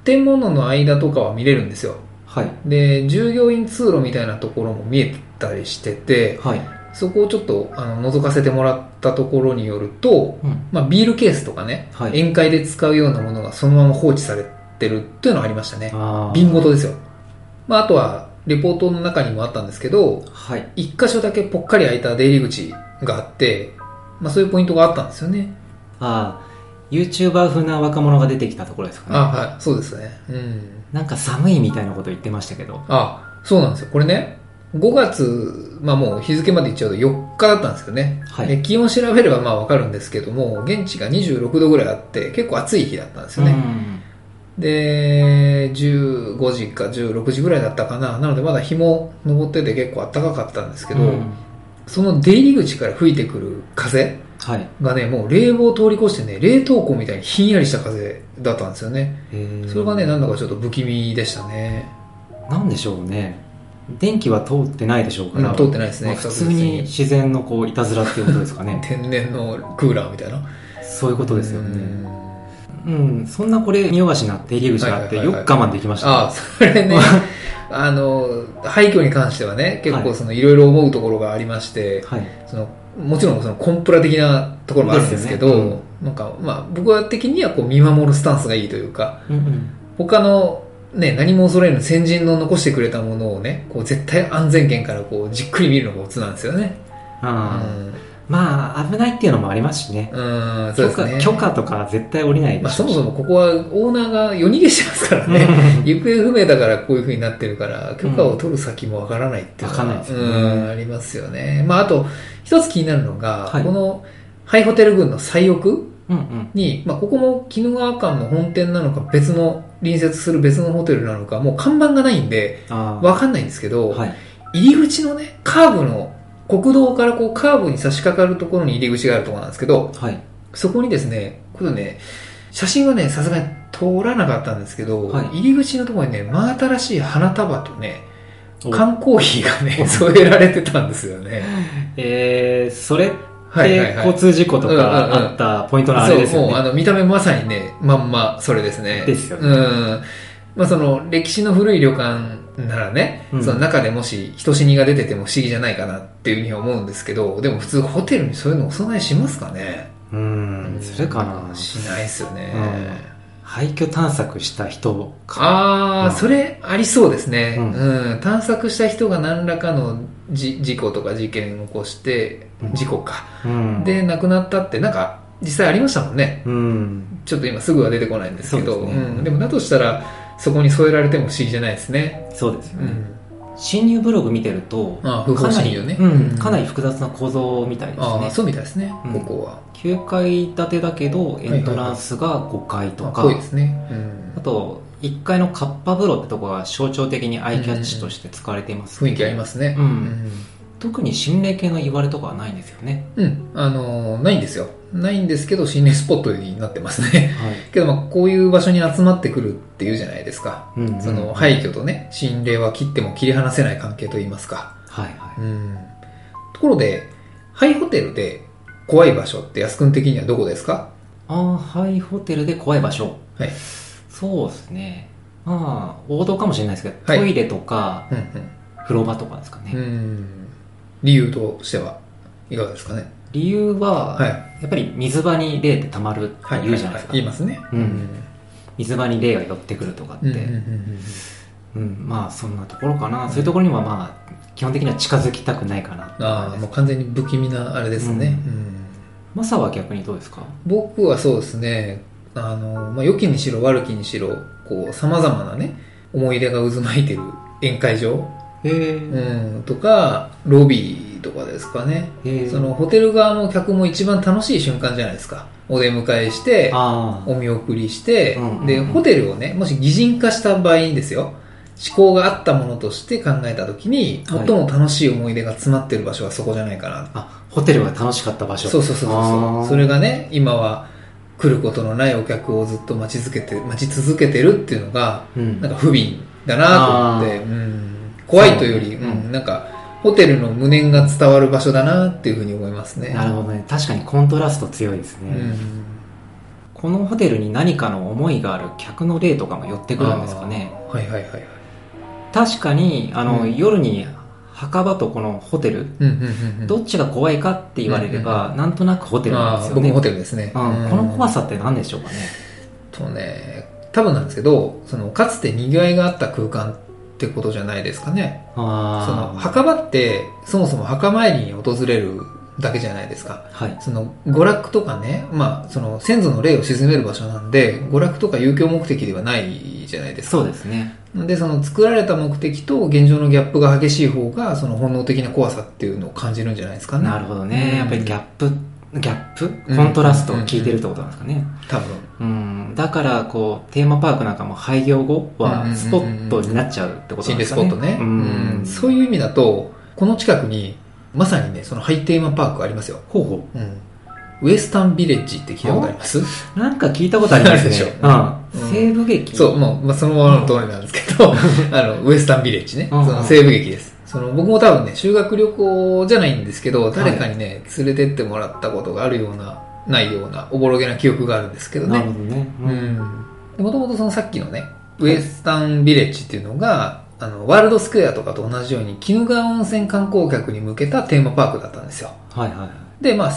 Speaker 2: 建物の間とかは見れるんですよ。
Speaker 3: はい。
Speaker 2: で、従業員通路みたいなところも見えてたりしてて、
Speaker 3: はい。
Speaker 2: そこをちょっとあの覗かせてもらったところによると、
Speaker 3: うん。
Speaker 2: まあ、ビールケースとかね、
Speaker 3: はい
Speaker 2: 宴会で使うようなものがそのまま放置されてるっていうのはありましたね。
Speaker 3: あー
Speaker 2: 瓶ごとですよ。まあ、あとは、レポートの中にもあったんですけど、
Speaker 3: はい。
Speaker 2: 一箇所だけぽっかり開いた出入り口があって、まあ、そういうポイントがあったんですよね。
Speaker 3: ああ、YouTuber 風な若者が出てきたところですかね。
Speaker 2: あ、はい、そうですね。うん。
Speaker 3: なんか寒いみたいなこと言ってましたけど。
Speaker 2: あ、そうなんですよ。これね、5月、まあもう日付まで言っちゃうと4日だったんですよね。
Speaker 3: はい
Speaker 2: で気温調べればまあわかるんですけども、現地が26度ぐらいあって、結構暑い日だったんですよね。で、15時か16時ぐらいだったかな。なのでまだ日も昇ってて結構暖かかったんですけ
Speaker 3: け
Speaker 2: ど、その出入り口から吹いてくる風
Speaker 3: はい。
Speaker 2: がね、もう冷房を通り越してね、冷凍庫みたいにひんやりした風だったんですよね。
Speaker 3: えー
Speaker 2: それがね、なんだかちょっと不気味でしたね。
Speaker 3: なんでしょうね。電気は通ってないでしょうから。
Speaker 2: うん通ってないですね
Speaker 3: まあ普通に自然のこう、いたずらっていうことです
Speaker 2: <laughs>
Speaker 3: かね。
Speaker 2: 天然のクーラーみたいな。
Speaker 3: そういうことですよね。
Speaker 2: ね。
Speaker 3: うん。そんなこれ、見よがしな出入り口があって、
Speaker 2: はい
Speaker 3: よ
Speaker 2: はい
Speaker 3: く
Speaker 2: はいはい
Speaker 3: 我慢できましたね。
Speaker 2: ああ、それ
Speaker 3: <laughs>
Speaker 2: ね、あの、廃墟に関してはね、結
Speaker 3: は
Speaker 2: 構
Speaker 3: い
Speaker 2: そのいろいろ思うところがありまして、
Speaker 3: はい。
Speaker 2: そのもちろんそのコンプラ的なところもあるんですけど、
Speaker 3: ですよね
Speaker 2: なんかまあ僕は的にはこう見守るスタンスがいいというか、
Speaker 3: うんうん。
Speaker 2: 他のね、何も恐れぬ先人の残してくれたものをね、こう絶対安全圏からこうじっくり見るのがオツなんですよね。う
Speaker 3: あー
Speaker 2: ん、
Speaker 3: まあ、危ないっていうのもありますしね。
Speaker 2: うん、そう
Speaker 3: 許
Speaker 2: ですね
Speaker 3: 可。許可とか絶対降りない
Speaker 2: ま
Speaker 3: で
Speaker 2: あ、
Speaker 3: し
Speaker 2: そ
Speaker 3: ょう
Speaker 2: も
Speaker 3: し
Speaker 2: そもここはオーナーが夜逃げしてますからね。行方不明だからこういう風になってるから、許可を取る先もわからないっていうのは
Speaker 3: わかんないですよね
Speaker 2: うん、ありますよね。まあ、あと、一つ気になるのが、
Speaker 3: はい
Speaker 2: この、ハイホテル群の最奥
Speaker 3: うんうん。
Speaker 2: に、まあ、ここも鬼怒川館の本店なのか、別の、隣接する別のホテルなのか、もう看板がないんで、
Speaker 3: あ
Speaker 2: わかんないんですけど、
Speaker 3: あ。はい。
Speaker 2: 入り口のね、カーブの、国道からこうカーブに差し掛かるところに入り口があるところなんですけど、
Speaker 3: はい。
Speaker 2: そこにですね、これね、写真はね、さすがに通らなかったんですけど、
Speaker 3: はい
Speaker 2: 入り口のところにね、真新しい花束とね、
Speaker 3: お
Speaker 2: 缶コーヒーがね、
Speaker 3: <laughs> お
Speaker 2: 添えられてたんですよね。
Speaker 3: えー、それっ
Speaker 2: はいは
Speaker 3: て
Speaker 2: いはい
Speaker 3: 交。通事故と
Speaker 2: うんうんうん
Speaker 3: かあったポイントのあれです
Speaker 2: そう、
Speaker 3: よ
Speaker 2: もうあ
Speaker 3: ね。
Speaker 2: の、見た目まさにね、まんま、それですね。
Speaker 3: ですよね
Speaker 2: うん。まあその、歴史の古い旅館ならね、
Speaker 3: うん
Speaker 2: その中でもし人死にが出てても不思議じゃないかなっていうふうには思うんですけど、でも普通ホテルにそういうのお供えしますかね
Speaker 3: うーん、するかな。
Speaker 2: しないですよね。
Speaker 3: うん廃墟探索した人か。
Speaker 2: ああ、
Speaker 3: うん
Speaker 2: それありそうですね、
Speaker 3: う
Speaker 2: うんん探索した人が何らかのじ事故とか事件を起こして、
Speaker 3: うん
Speaker 2: 事故か。
Speaker 3: うん。
Speaker 2: で、亡くなったって、なんか、実際ありましたもんね。
Speaker 3: うん。
Speaker 2: ちょっと今すぐは出てこないんですけど。
Speaker 3: そう
Speaker 2: う
Speaker 3: ですね
Speaker 2: ん、でも、だとしたら、そこに添えられても不思議じゃないですね。
Speaker 3: そうですよ
Speaker 2: う
Speaker 3: ね。
Speaker 2: ん。
Speaker 3: 侵入ブログ見てると、
Speaker 2: あ不法
Speaker 3: かな
Speaker 2: 侵
Speaker 3: り、
Speaker 2: 入ね。
Speaker 3: うん、かなり複雑な構造みたいで
Speaker 2: ああ、
Speaker 3: すね。
Speaker 2: そうみたいですね、
Speaker 3: うん
Speaker 2: ここは。
Speaker 3: 9階建てだけど、エントランスが5階と
Speaker 2: まあ
Speaker 3: か
Speaker 2: ぽい、ですね。う
Speaker 3: あ
Speaker 2: ん。
Speaker 3: と、1階のカッパ風呂ってとこが象徴的にアイキャッチとして使われていますけど
Speaker 2: 雰囲気ありますね。
Speaker 3: うん特に心霊系の言われとかはないんですよね。
Speaker 2: うん。うん。あのーないんですよ。ないんですけど、心霊スポットになってますね。
Speaker 3: はい。
Speaker 2: けどまあこういう場所に集まってくるっていうじゃないですか。
Speaker 3: うんうん
Speaker 2: その廃墟とね、心霊は切っても切り離せない関係といいますか。
Speaker 3: はいは
Speaker 2: うん。ところで、ハイホテルで怖い場所って安くん的にはどこですか
Speaker 3: い。ああ、ハイホテルで怖い場所。
Speaker 2: はい。
Speaker 3: そうですね。まあ、王道かもしれないですけど、
Speaker 2: はい
Speaker 3: トイレとか、
Speaker 2: うん
Speaker 3: 風呂場とかですかね。
Speaker 2: うん。うん。理由としてはいかがですかね
Speaker 3: 理由は、
Speaker 2: はい
Speaker 3: やっぱり水場に霊って溜まるって言うじゃないですか。
Speaker 2: 言いますね。
Speaker 3: うん水場に霊が寄ってくるとかって、
Speaker 2: う
Speaker 3: うん
Speaker 2: うんうんうんん
Speaker 3: まあそんなところかな、そういうところにはまあ基本的には近づきたくないかなって
Speaker 2: ああ、もう完全に不気味なあれですね。
Speaker 3: う
Speaker 2: うん
Speaker 3: マサは逆にどうですか
Speaker 2: 僕はそうですね、あの、まあ、良きにしろ悪きにしろ、こう、様々なね、思い出が渦巻いてる宴会場、
Speaker 3: へえ、
Speaker 2: うん、とか、ロビーとかですかね。
Speaker 3: へえ
Speaker 2: その、ホテル側も客も一番楽しい瞬間じゃないですか。お出迎えして、
Speaker 3: あ
Speaker 2: お見送りして、
Speaker 3: うんうんうん
Speaker 2: で、ホテルをね、もし擬人化した場合にですよ、思考があったものとして考えたときに、
Speaker 3: はい
Speaker 2: 最も楽しい思い出が詰まってる場所はそこじゃないかな
Speaker 3: ああホテルが楽しかった場所
Speaker 2: そうそうそう
Speaker 3: あ
Speaker 2: そ
Speaker 3: ー
Speaker 2: うそれがね今は来ることのないお客をずっと待ち続けて待ち続けてるっていうのが
Speaker 3: うん
Speaker 2: なんか不憫だなと思って、うん、怖いというより、
Speaker 3: そうね
Speaker 2: うんなんかホテルの無念が伝わる場所だなっていうふうに思いますね
Speaker 3: なるほどね確かにコントラスト強いですね、
Speaker 2: うん
Speaker 3: コこのホテルに何かの思いがある客の例とかも寄ってくるんですかね
Speaker 2: はいはいはいはい。
Speaker 3: 確かにあの、
Speaker 2: うん
Speaker 3: 夜に墓場とこのホテル
Speaker 2: うんうんうんうん。
Speaker 3: どっちが怖いかって言われれば、なんとなくホテルなん
Speaker 2: あ
Speaker 3: です
Speaker 2: ー
Speaker 3: よ
Speaker 2: 僕
Speaker 3: ね
Speaker 2: もホテルですね。
Speaker 3: うん
Speaker 2: うん
Speaker 3: この怖さって何でしょうかね
Speaker 2: とね、多分なんですけど、そのかつて賑わいがあった空間ってことじゃないですかね。そ
Speaker 3: あ
Speaker 2: の
Speaker 3: あ
Speaker 2: 墓場って、そもそも墓参りに訪れるだけじゃないですか。
Speaker 3: はい
Speaker 2: その娯楽とかね、まあ、その先祖の霊を鎮める場所なんで、娯楽とか遊興目的ではないじゃないですか。
Speaker 3: そうですね
Speaker 2: で、その作られた目的と現状のギャップが激しい方が、その本能的な怖さっていうのを感じるんじゃないですかね。
Speaker 3: なるほどね、
Speaker 2: うん
Speaker 3: やっぱりギャップギャッ
Speaker 2: う
Speaker 3: プ
Speaker 2: ん
Speaker 3: コントラストを聞いてるってことなんですかね、
Speaker 2: 多分。
Speaker 3: うん、だからこうテーマパークなんかも廃業後
Speaker 2: うんうんうんう
Speaker 3: は
Speaker 2: ん
Speaker 3: スポットになっちゃうってこと
Speaker 2: 心
Speaker 3: なんで
Speaker 2: 霊
Speaker 3: す
Speaker 2: ス
Speaker 3: か
Speaker 2: ポッ
Speaker 3: ね
Speaker 2: トね。
Speaker 3: うん
Speaker 2: うんそういう意味だと、この近くに、まさにね、そのハイテーマパークありますよ。
Speaker 3: ほうほ
Speaker 2: うん。ウエスタンビレッジって聞いたことあります
Speaker 3: うなんか聞いたことありますね
Speaker 2: あるでしょ
Speaker 3: う
Speaker 2: う
Speaker 3: ん
Speaker 2: ん
Speaker 3: 西部劇
Speaker 2: そう、もう、まあ、そのままの通りなんですけど、 <laughs> あの、ウエスタンビレッジね。そ
Speaker 3: うん
Speaker 2: の西部劇です。その、僕も多分ね、修学旅行じゃないんですけど、誰かにね、連れてってもらったことがあるような、ないような、おぼろげな記憶があるんですけど
Speaker 3: なる
Speaker 2: ね
Speaker 3: ほ。どね、うん
Speaker 2: でもともとそのさっきのね、ウエスタンビレッジっていうのが、あの、ワールドスクエアとかと同じように、鬼怒川温泉観光客に向けたテーマパークだったんですよ。
Speaker 3: はいはい
Speaker 2: で、まあ、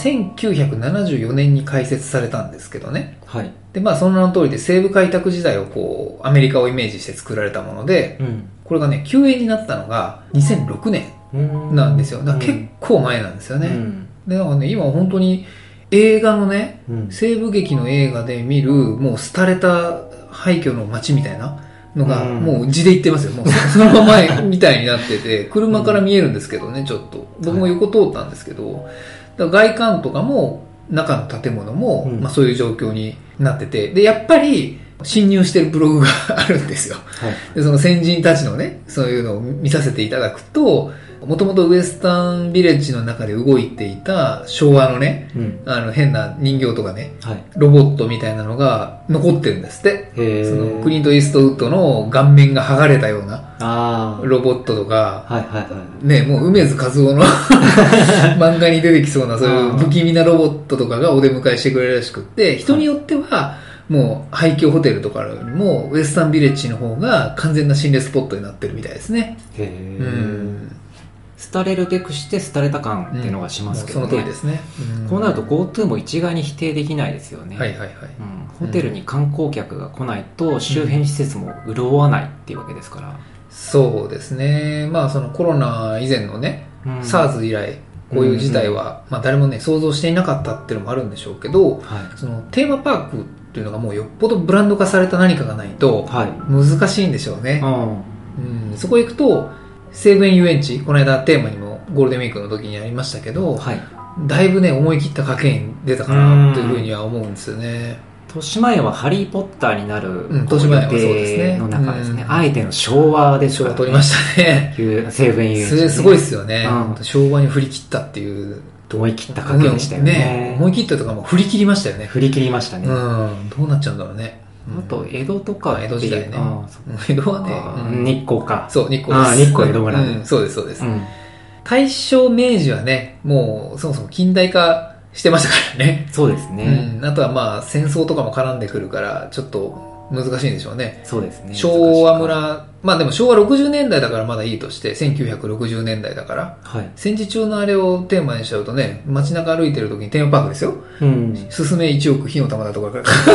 Speaker 2: 1974年に開設されたんですけどね。
Speaker 3: はいはい
Speaker 2: で、まあ、その名の通りで西部開拓時代をこう、アメリカをイメージして作られたもので、
Speaker 3: うん
Speaker 2: これがね、休園になったのが2006年
Speaker 3: うん
Speaker 2: なんですよ。だから結構前なんですよね。
Speaker 3: うん
Speaker 2: で、だからね、今本当に映画のね、
Speaker 3: うん
Speaker 2: 西部劇の映画で見る、もう廃れた廃墟の街みたいなのが、
Speaker 3: うん
Speaker 2: もう字で言ってますよ。もうそそのままみたいになって
Speaker 3: <laughs>
Speaker 2: て、車から見えるんですけどね、ちょっと。僕も横通ったんですけど、だから外観とかも、中の建物も、
Speaker 3: うん
Speaker 2: まあそういう状況になってて、で、やっぱり、侵入してるブログがあるんですよ。
Speaker 3: はい
Speaker 2: で、その先人たちのね、そういうのを見させていただくと、もともとウエスタンビレッジの中で動いていた昭和のね、
Speaker 3: うん
Speaker 2: あの変な人形とかね、
Speaker 3: はい
Speaker 2: ロボットみたいなのが残ってるんですって。
Speaker 3: へー
Speaker 2: そのクリント・イーストウッドの顔面が剥がれたような
Speaker 3: あ
Speaker 2: ロボットと
Speaker 3: あ
Speaker 2: か、
Speaker 3: はいはいはい
Speaker 2: ね、もう梅津和
Speaker 3: <laughs>
Speaker 2: 夫の漫画に出てきそうなそういう不気味なロボットとかがお出迎えしてくれるらしくって、人によってはもう廃墟ホテルとかよりもウエスタンビレッジの方が完全な心霊スポットになってるみたいですね。
Speaker 3: へ
Speaker 2: う
Speaker 3: え
Speaker 2: ん。
Speaker 3: 廃れるべくして廃れた感っていうのがしますけど
Speaker 2: もう
Speaker 3: ね
Speaker 2: その通りですね。ん
Speaker 3: こうなると GoTo も一概に否定できないですよね、
Speaker 2: はいはいはい。
Speaker 3: うん、ホテルに観光客が来ないと周辺施設も潤わないっていうわけですから、
Speaker 2: そうですね。まあそのコロナ以前のね、
Speaker 3: うん
Speaker 2: SARS 以来こういう事態は、まあ、誰もね想像していなかったっていうのもあるんでしょうけど
Speaker 3: は
Speaker 2: そのテーマパークっていうのがもうよっぽどブランド化された何かがないと
Speaker 3: い、はい
Speaker 2: 難しいんでしょうね、
Speaker 3: う
Speaker 2: うん、そこへ行くと西武園遊園地この間テーマにもゴールデンウィークの時にありましたけど、
Speaker 3: んはい、
Speaker 2: だいぶね思い切った賭けに出たかなというふうには思うんですよね
Speaker 3: 豊島園は「ハリー・ポッター」になる
Speaker 2: うん豊島園はそうですね
Speaker 3: 予定の中ですね、
Speaker 2: うん
Speaker 3: あえての昭和でし
Speaker 2: 賞
Speaker 3: ょ
Speaker 2: を取りましたね
Speaker 3: いう西武園遊園地
Speaker 2: そ
Speaker 3: ね、
Speaker 2: れすごいですよね、
Speaker 3: うん
Speaker 2: 昭和に振り切ったっていう
Speaker 3: 思い切った賭けでしたよね
Speaker 2: ね思い切ったとかもう振り切りましたよね
Speaker 3: 振り切りましたね、
Speaker 2: うん、どうなっちゃうんだろうね。
Speaker 3: あと江戸とかっていう
Speaker 2: 江戸時代ね
Speaker 3: ああそっ
Speaker 2: うん、江戸はね
Speaker 3: か、
Speaker 2: うん
Speaker 3: 日光か
Speaker 2: そう、日光です。
Speaker 3: あー日光江戸村ね
Speaker 2: うん、そうです、そうです。
Speaker 3: うん
Speaker 2: 大正明治はね、もう、そもそも近代化してましたからね。
Speaker 3: そうですね、
Speaker 2: うん、あとはまあ、戦争とかも絡んでくるから、ちょっと難しいんでしょうね。
Speaker 3: そうですね
Speaker 2: 昭和
Speaker 3: 難し
Speaker 2: 村、まあでも昭和60年代だからまだいいとして、1960年代だから、
Speaker 3: いかはい、
Speaker 2: 戦時中のあれをテーマにしちゃうとね、街中歩いてる時にテーマパークですよ。
Speaker 3: うん、
Speaker 2: すすめ1億火の玉だとか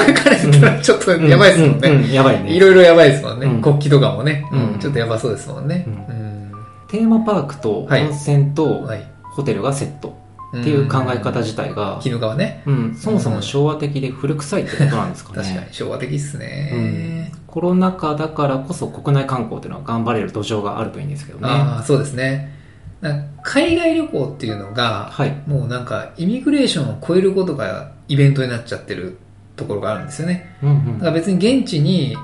Speaker 2: 書かれてたらちょっとやばいですもんね。
Speaker 3: うううやばいね
Speaker 2: いろいろやばいですもんね。
Speaker 3: うん
Speaker 2: 国旗とかもね、
Speaker 3: うん
Speaker 2: うんちょっとやばそうですもんね。
Speaker 3: う
Speaker 2: うん
Speaker 3: テーマパークと
Speaker 2: はい
Speaker 3: 温泉と
Speaker 2: はい。
Speaker 3: ホテルがセットっていう考え方自体が
Speaker 2: 鬼、怒川ね。
Speaker 3: うん、そもそも昭和的で古臭いってことなんですかね
Speaker 2: <laughs> 確かに昭和的っす
Speaker 3: うん
Speaker 2: ね。
Speaker 3: コロナ禍だからこそ国内観光っていうのは頑張れる土壌があるといいんですけどね
Speaker 2: ああ、そうですね。なんか海外旅行っていうのが、
Speaker 3: はい
Speaker 2: もうなんかイミグレーションを超えることがイベントになっちゃってるところがあるんですよね。
Speaker 3: うん
Speaker 2: だから別に現地に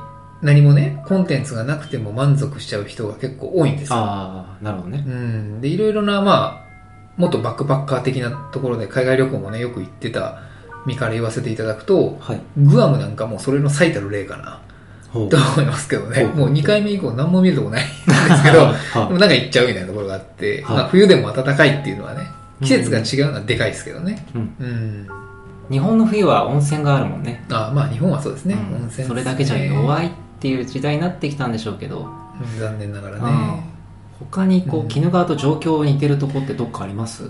Speaker 2: 何もね、コンテンツがなくても満足しちゃう人が結構多いんですよ。
Speaker 3: ああなるほどね
Speaker 2: うん。で、いろいろな、まあ、元バックパッカー的なところで海外旅行もね、よく行ってた身から言わせていただくと、
Speaker 3: はい
Speaker 2: グアムなんかもうそれの最たる例かな、
Speaker 3: ほう
Speaker 2: と思いますけどね。
Speaker 3: ほう
Speaker 2: もう2回目以降何も見るとこないんですけど、で
Speaker 3: は
Speaker 2: もなんか行っちゃうみたいなところがあって、
Speaker 3: はい
Speaker 2: まあ冬でも暖かいっていうのはね、季節が違うのはでかいですけどね。
Speaker 3: うん
Speaker 2: うん。
Speaker 3: 日本の冬は温泉があるもんね
Speaker 2: あまあ日本はそうですね、
Speaker 3: うん
Speaker 2: 温泉
Speaker 3: それだけじゃ弱
Speaker 2: い、
Speaker 3: いっていう時代になってきたんでしょうけど、
Speaker 2: うん残念ながら
Speaker 3: うん
Speaker 2: ね
Speaker 3: 他にこ
Speaker 2: う
Speaker 3: うん鬼怒川と状況似てるとこってどっかあります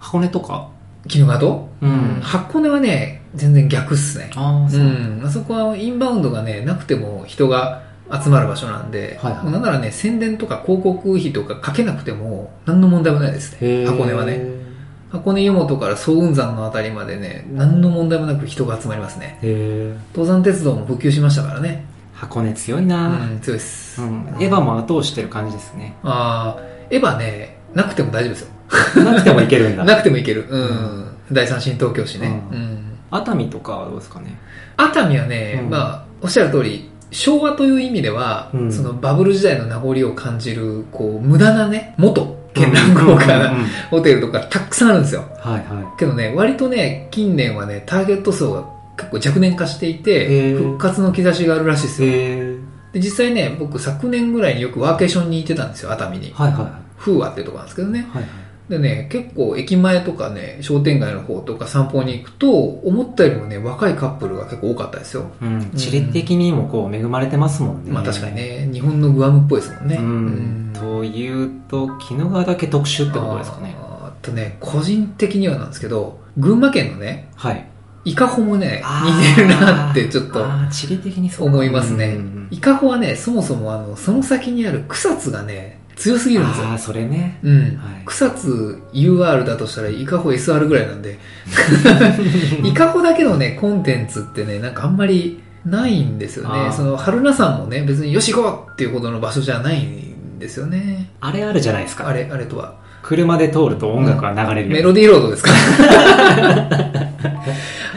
Speaker 3: 箱根とか
Speaker 2: 鬼怒川と
Speaker 3: うん
Speaker 2: 箱根はね全然逆っすね
Speaker 3: ああ
Speaker 2: う
Speaker 3: そう、
Speaker 2: ん、あそこはインバウンドがねなくても人が集まる場所なんで、
Speaker 3: はいはい
Speaker 2: もうなんならね宣伝とか広告費とかかけなくても何の問題もないです
Speaker 3: へ
Speaker 2: ね
Speaker 3: ー
Speaker 2: 箱根はね箱根湯本から早雲山のあたりまでね何の問題もなく人が集まりますね
Speaker 3: へえ
Speaker 2: 登山鉄道も普及しましたからね
Speaker 3: 箱根強いうな、
Speaker 2: ん強いです、
Speaker 3: うんエヴァも後押してる感じですね
Speaker 2: あーエヴァねなくても大丈夫ですよ
Speaker 3: なくてもいけるん
Speaker 2: <laughs>
Speaker 3: だ
Speaker 2: なくてもいけるうん、第三新東京市ね、
Speaker 3: う
Speaker 2: うんん
Speaker 3: 熱海とかはどうですかね
Speaker 2: 熱海はね、
Speaker 3: うん
Speaker 2: まあおっしゃる通り昭和という意味では、
Speaker 3: うん
Speaker 2: そのバブル時代の名残を感じるこう無駄なね元絢爛豪華
Speaker 3: うん
Speaker 2: な
Speaker 3: うんうん
Speaker 2: ホテルとかたくさんあるんですよ
Speaker 3: はいは
Speaker 2: けどね割とね近年はねターゲット層が結構若年化していて
Speaker 3: へー
Speaker 2: 復活の兆しがあるらしいです
Speaker 3: い
Speaker 2: よ
Speaker 3: へえ
Speaker 2: で実際ね僕昨年ぐらいによくワーケーションに行ってたんですよ熱海に
Speaker 3: はいはい
Speaker 2: 風和っていうとこなんですけどね
Speaker 3: はいはい
Speaker 2: でね、結構駅前とかね、商店街の方とか散歩に行くと、思ったよりもね、若いカップルが結構多かったですよ。
Speaker 3: うん地理的にもこう恵まれてますもんね
Speaker 2: まあ確かにね、日本のグアムっぽいですもんね。
Speaker 3: うんというと鬼怒川だけ特殊ってことですかね
Speaker 2: あーあとね、個人的にはなんですけど、群馬県のね、
Speaker 3: はい
Speaker 2: 伊香保もね、似てるなってちょっと
Speaker 3: あー地理的にそう
Speaker 2: 思いますね
Speaker 3: うんうん。
Speaker 2: 伊香保はね、そもそもあの、その先にある草津がね、強すぎるんですよ
Speaker 3: ああ。それね
Speaker 2: うん
Speaker 3: はい
Speaker 2: 草津 UR だとしたら伊香保 SR ぐらいなん
Speaker 3: <laughs>
Speaker 2: で伊香保だけのねコンテンツってねなんかあんまりないんですよ
Speaker 3: あー
Speaker 2: ねその春菜さんもね別によし行こうっていうほどの場所じゃないんですよね
Speaker 3: あれあるじゃないですか
Speaker 2: あれあれとは
Speaker 3: 車で通ると音楽が流れる
Speaker 2: メロディーロードです
Speaker 3: <laughs>
Speaker 2: か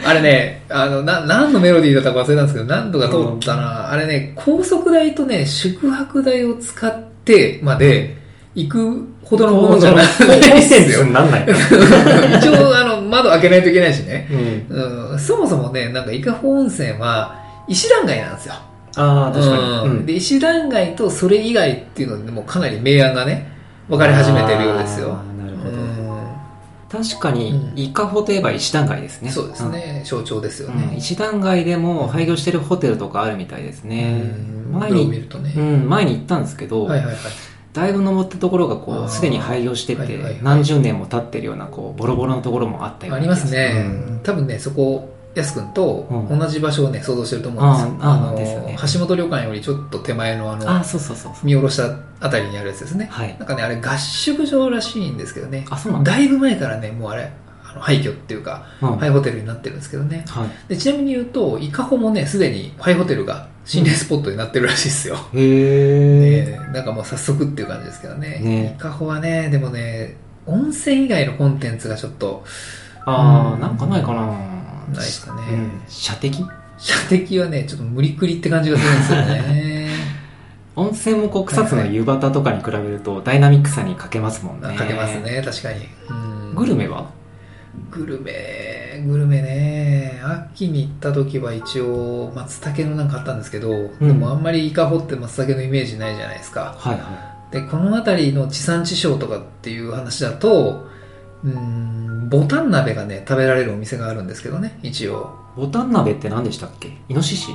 Speaker 2: あれねあのな何のメロディーだったか忘れたんですけど何度か通ったな、あれね高速代とね宿泊代を使ってまで行くほどのものじゃない
Speaker 3: コンテン
Speaker 2: です
Speaker 3: ツ
Speaker 2: よ
Speaker 3: になんないから
Speaker 2: <laughs> 一応、あの、窓開けないといけないしね。
Speaker 3: うん
Speaker 2: うん、そもそもね、なんか、伊香保温泉は、石段街なんですよ。
Speaker 3: ああ確かに
Speaker 2: うんで、石段街とそれ以外っていうので、もうかなり明暗がね、分かれ始めてるようですよ
Speaker 3: あ。ーなる
Speaker 2: う
Speaker 3: ほど
Speaker 2: ん、
Speaker 3: 確か
Speaker 2: うん
Speaker 3: に伊香保といえば石段街ですね
Speaker 2: そうですね、象徴ですよ
Speaker 3: うんうん
Speaker 2: ね。
Speaker 3: 石段街でも廃業してるホテルとかあるみたいですね
Speaker 2: うん
Speaker 3: 前
Speaker 2: これを見
Speaker 3: に
Speaker 2: るとね。
Speaker 3: うん前に行ったんですけど
Speaker 2: はいはいはい。
Speaker 3: だいぶ登ったところがこ
Speaker 2: あ
Speaker 3: う
Speaker 2: ー
Speaker 3: すでに廃業して
Speaker 2: はいはいは
Speaker 3: て
Speaker 2: い
Speaker 3: 何十年も経ってるようなこうボロボロのところもあったよう
Speaker 2: あ
Speaker 3: な
Speaker 2: り
Speaker 3: 気が
Speaker 2: ますね。多分ね、そこ、やすくんと
Speaker 3: うん
Speaker 2: 同じ場所をね、想像してると思うんですよ。
Speaker 3: あーあー
Speaker 2: の
Speaker 3: ですよね
Speaker 2: 橋本旅館よりちょっと手前のあの、
Speaker 3: ああそうそうそうそう
Speaker 2: 見下ろしたあたりにあるやつですね。
Speaker 3: はい
Speaker 2: なんかね、あれ合宿場らしいんですけどね。
Speaker 3: あそうなんだ
Speaker 2: だいぶ前からね、もうあれ、あの廃墟っていうか、
Speaker 3: うんは
Speaker 2: 廃
Speaker 3: い
Speaker 2: ホテルになってるんですけどね。でちなみに言うと、伊香保もね、すでに廃ホテルが心霊スポットになってるらしいですよ。
Speaker 3: へえ
Speaker 2: ねなんかもう早速っていう感じですけどね。
Speaker 3: ね
Speaker 2: 伊香保はね、でもね、温泉以外のコンテンツがちょっと、
Speaker 3: ああ
Speaker 2: うん
Speaker 3: なんかないかな
Speaker 2: ないですかね
Speaker 3: うん射的
Speaker 2: 射的はね、ちょっと無理くりって感じがするんです
Speaker 3: <laughs>
Speaker 2: よね。
Speaker 3: 温泉もこう草津の湯端とかに比べるとダイナミックさに欠けますもんね
Speaker 2: かけますね、確かに。うん
Speaker 3: グルメは
Speaker 2: グルメ、グルメね。秋に行った時は一応、松茸のなんかあったんですけど、
Speaker 3: ん
Speaker 2: でもあんまりイカホって松茸のイメージないじゃないですか。
Speaker 3: はいは
Speaker 2: で、この辺りの地産地消とかっていう話だと、うーん、ボタン鍋がね、食べられるお店があるんですけどね、一応。
Speaker 3: いボタン鍋って何でしたっけイノシシ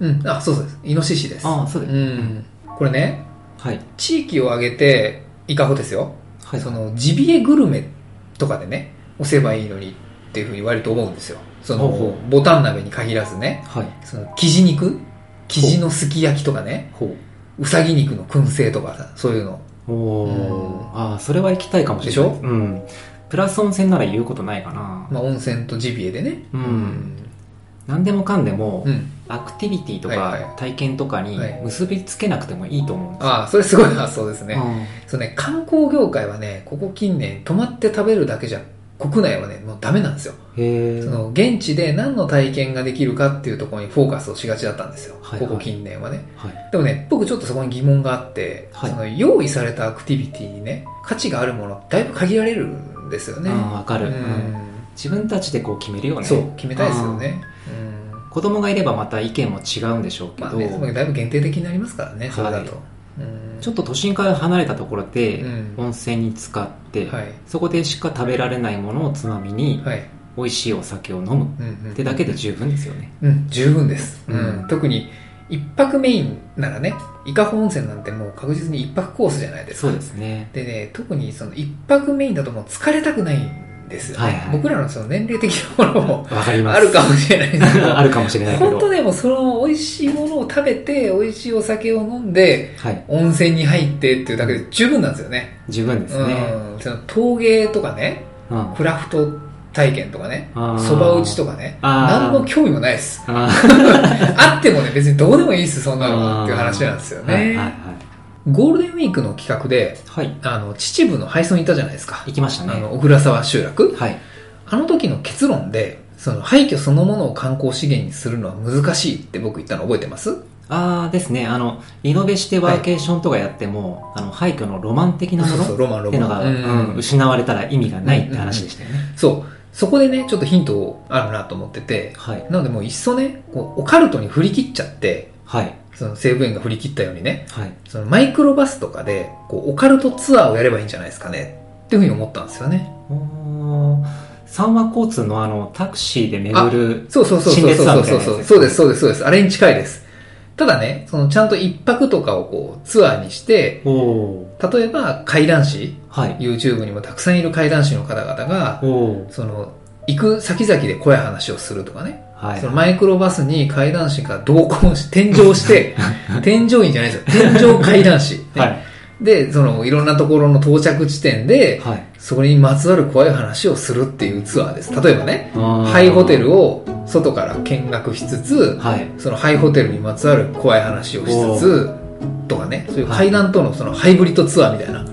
Speaker 2: うん、あ、そうそうです。イノシシです。
Speaker 3: ああそう
Speaker 2: う
Speaker 3: だよ
Speaker 2: ん。これね、
Speaker 3: はい
Speaker 2: 地域を挙げて、イカホですよ。
Speaker 3: はい
Speaker 2: そのジビエグルメとかでね押せばいいのにっていうふうに割と思うんですよその
Speaker 3: ほうほ
Speaker 2: ボタン鍋に限らずね
Speaker 3: はい
Speaker 2: その生地肉生地のすき焼きとかね
Speaker 3: ほ
Speaker 2: うさぎ肉の燻製とかさそういうの
Speaker 3: うお
Speaker 2: う
Speaker 3: ー
Speaker 2: ん
Speaker 3: ああそれは行きたいかもしれない
Speaker 2: でしょ
Speaker 3: うんプラス温泉なら言うことないかな
Speaker 2: まあ温泉とジビエでね
Speaker 3: うん何でもかんでも
Speaker 2: うん
Speaker 3: アクティビティと
Speaker 2: はいは
Speaker 3: か
Speaker 2: い
Speaker 3: 体験とかに
Speaker 2: はい
Speaker 3: 結びつけなくてもいいと思うんですよ
Speaker 2: ああそれすごい発想ですね、
Speaker 3: うん
Speaker 2: そうね観光業界はねここ近年泊まって食べるだけじゃ国内はねもうダメなんですよ
Speaker 3: へえ
Speaker 2: その現地で何の体験ができるかっていうところにフォーカスをしがちだったんですよ、
Speaker 3: はいはい
Speaker 2: ここ近年はね
Speaker 3: はい
Speaker 2: でもね、僕ちょっとそこに疑問があって、
Speaker 3: はい
Speaker 2: その用意されたアクティビティにね、価値があるものってだいぶ限られるんですよね。
Speaker 3: ああわかる
Speaker 2: う
Speaker 3: うん
Speaker 2: ん
Speaker 3: 自分たちでこう決めるよね
Speaker 2: そう、決めたいですよね。うん
Speaker 3: 子供がいればまた意見も違うんでしょうけ
Speaker 2: まあ
Speaker 3: ど、
Speaker 2: ね、そのだいぶ限定的になりますからね、それだと。
Speaker 3: は
Speaker 2: うん
Speaker 3: ちょっと都心から離れたところで
Speaker 2: うん
Speaker 3: 温泉に使って、
Speaker 2: はい
Speaker 3: そこでしか食べられないものをつまみに
Speaker 2: はい。
Speaker 3: 美味しいお酒を飲む
Speaker 4: うんうん
Speaker 3: ってだけで十分ですよね
Speaker 2: うん、十分です。う
Speaker 3: うん
Speaker 2: ん、特に、一泊メインならね、伊香保温泉なんてもう確実に一泊コースじゃないです
Speaker 3: そ
Speaker 2: か
Speaker 3: う。ですね
Speaker 2: でね、特にその一泊メインだともう疲れたくないんですよ、ね
Speaker 3: はいはい
Speaker 2: 僕らのその年齢的なものも
Speaker 3: わかります
Speaker 2: あるかもしれないですけど、
Speaker 3: <laughs> あるかもしれないけど
Speaker 2: 本当でもその美味しいものを食べて、美味しいお酒を飲んで、
Speaker 3: はい
Speaker 2: 温泉に入ってっていうだけで十分なんですよね。
Speaker 3: 十分ですね
Speaker 2: うん、その陶芸とかね、
Speaker 3: うんあ
Speaker 2: クラフト体験とかね、
Speaker 3: あー
Speaker 2: そば打ちとかね、
Speaker 3: あー
Speaker 2: 何の興味もないです。<laughs>
Speaker 3: ー
Speaker 2: あってもね、別にどうでもいいです、そんなのはっていう話なんですよ
Speaker 3: はいはい
Speaker 2: ね。ゴールデンウィークの企画で、
Speaker 3: はいはい
Speaker 2: あの、秩父の廃村に行ったじゃないですか。
Speaker 3: 行きました
Speaker 2: あ
Speaker 3: ね
Speaker 2: の、小倉沢集落。
Speaker 3: はい
Speaker 2: あの時の結論で、その廃墟そのものを観光資源にするのは難しいって僕言ったの覚えてます
Speaker 3: ああですねあのリノベしてワーケーションとかやっても、あの廃墟のロマン的なも
Speaker 2: そう
Speaker 3: の
Speaker 2: そう、ロマン
Speaker 3: っ
Speaker 2: ロ
Speaker 3: ていうの
Speaker 2: マ
Speaker 3: が、
Speaker 2: ン。うん
Speaker 3: うん失われたら意味がないって話でしたよね、
Speaker 2: そう。そこでね、ちょっとヒントあるなと思ってて、
Speaker 3: はい
Speaker 2: なのでもういっそね、こう、オカルトに振り切っちゃって、
Speaker 3: はい
Speaker 2: その西武園が振り切ったようにね、
Speaker 3: はい
Speaker 2: そのマイクロバスとかで、こう、オカルトツアーをやればいいんじゃないですかね。っていうふうに思ったんですよね。
Speaker 3: おー三和交通のあのタクシーで巡る
Speaker 2: そうそうそう
Speaker 3: 陳
Speaker 2: そう
Speaker 3: 列
Speaker 2: そ
Speaker 3: さん
Speaker 2: う
Speaker 3: み
Speaker 2: そ
Speaker 3: たいな
Speaker 2: う
Speaker 3: やつ
Speaker 2: そう。そうです、そうです、そうです。あれに近いです。ただね、そのちゃんと一泊とかをこうツアーにして、
Speaker 3: おお
Speaker 2: 例えば怪談師、
Speaker 3: ーはい
Speaker 2: YouTube にもたくさんいる怪談師の方々が
Speaker 3: お、お
Speaker 2: その、行く先々で怖い話をするとかね。
Speaker 3: はい
Speaker 2: そのマイクロバスに怪談師が同行し、天井
Speaker 3: <laughs>
Speaker 2: して、天井員じゃないですよ。天井怪談師。ね
Speaker 3: はい
Speaker 2: で、その、いろんなところの到着地点で、
Speaker 3: はい
Speaker 2: そこにまつわる怖い話をするっていうツアーです。例えばね、ハ
Speaker 3: ハ
Speaker 2: イホテルを外から見学しつつ、
Speaker 3: はい
Speaker 2: そのハイホテルにまつわる怖い話をしつつ、とかね、そういう階段とのそのハイブリッドツアーみたいな。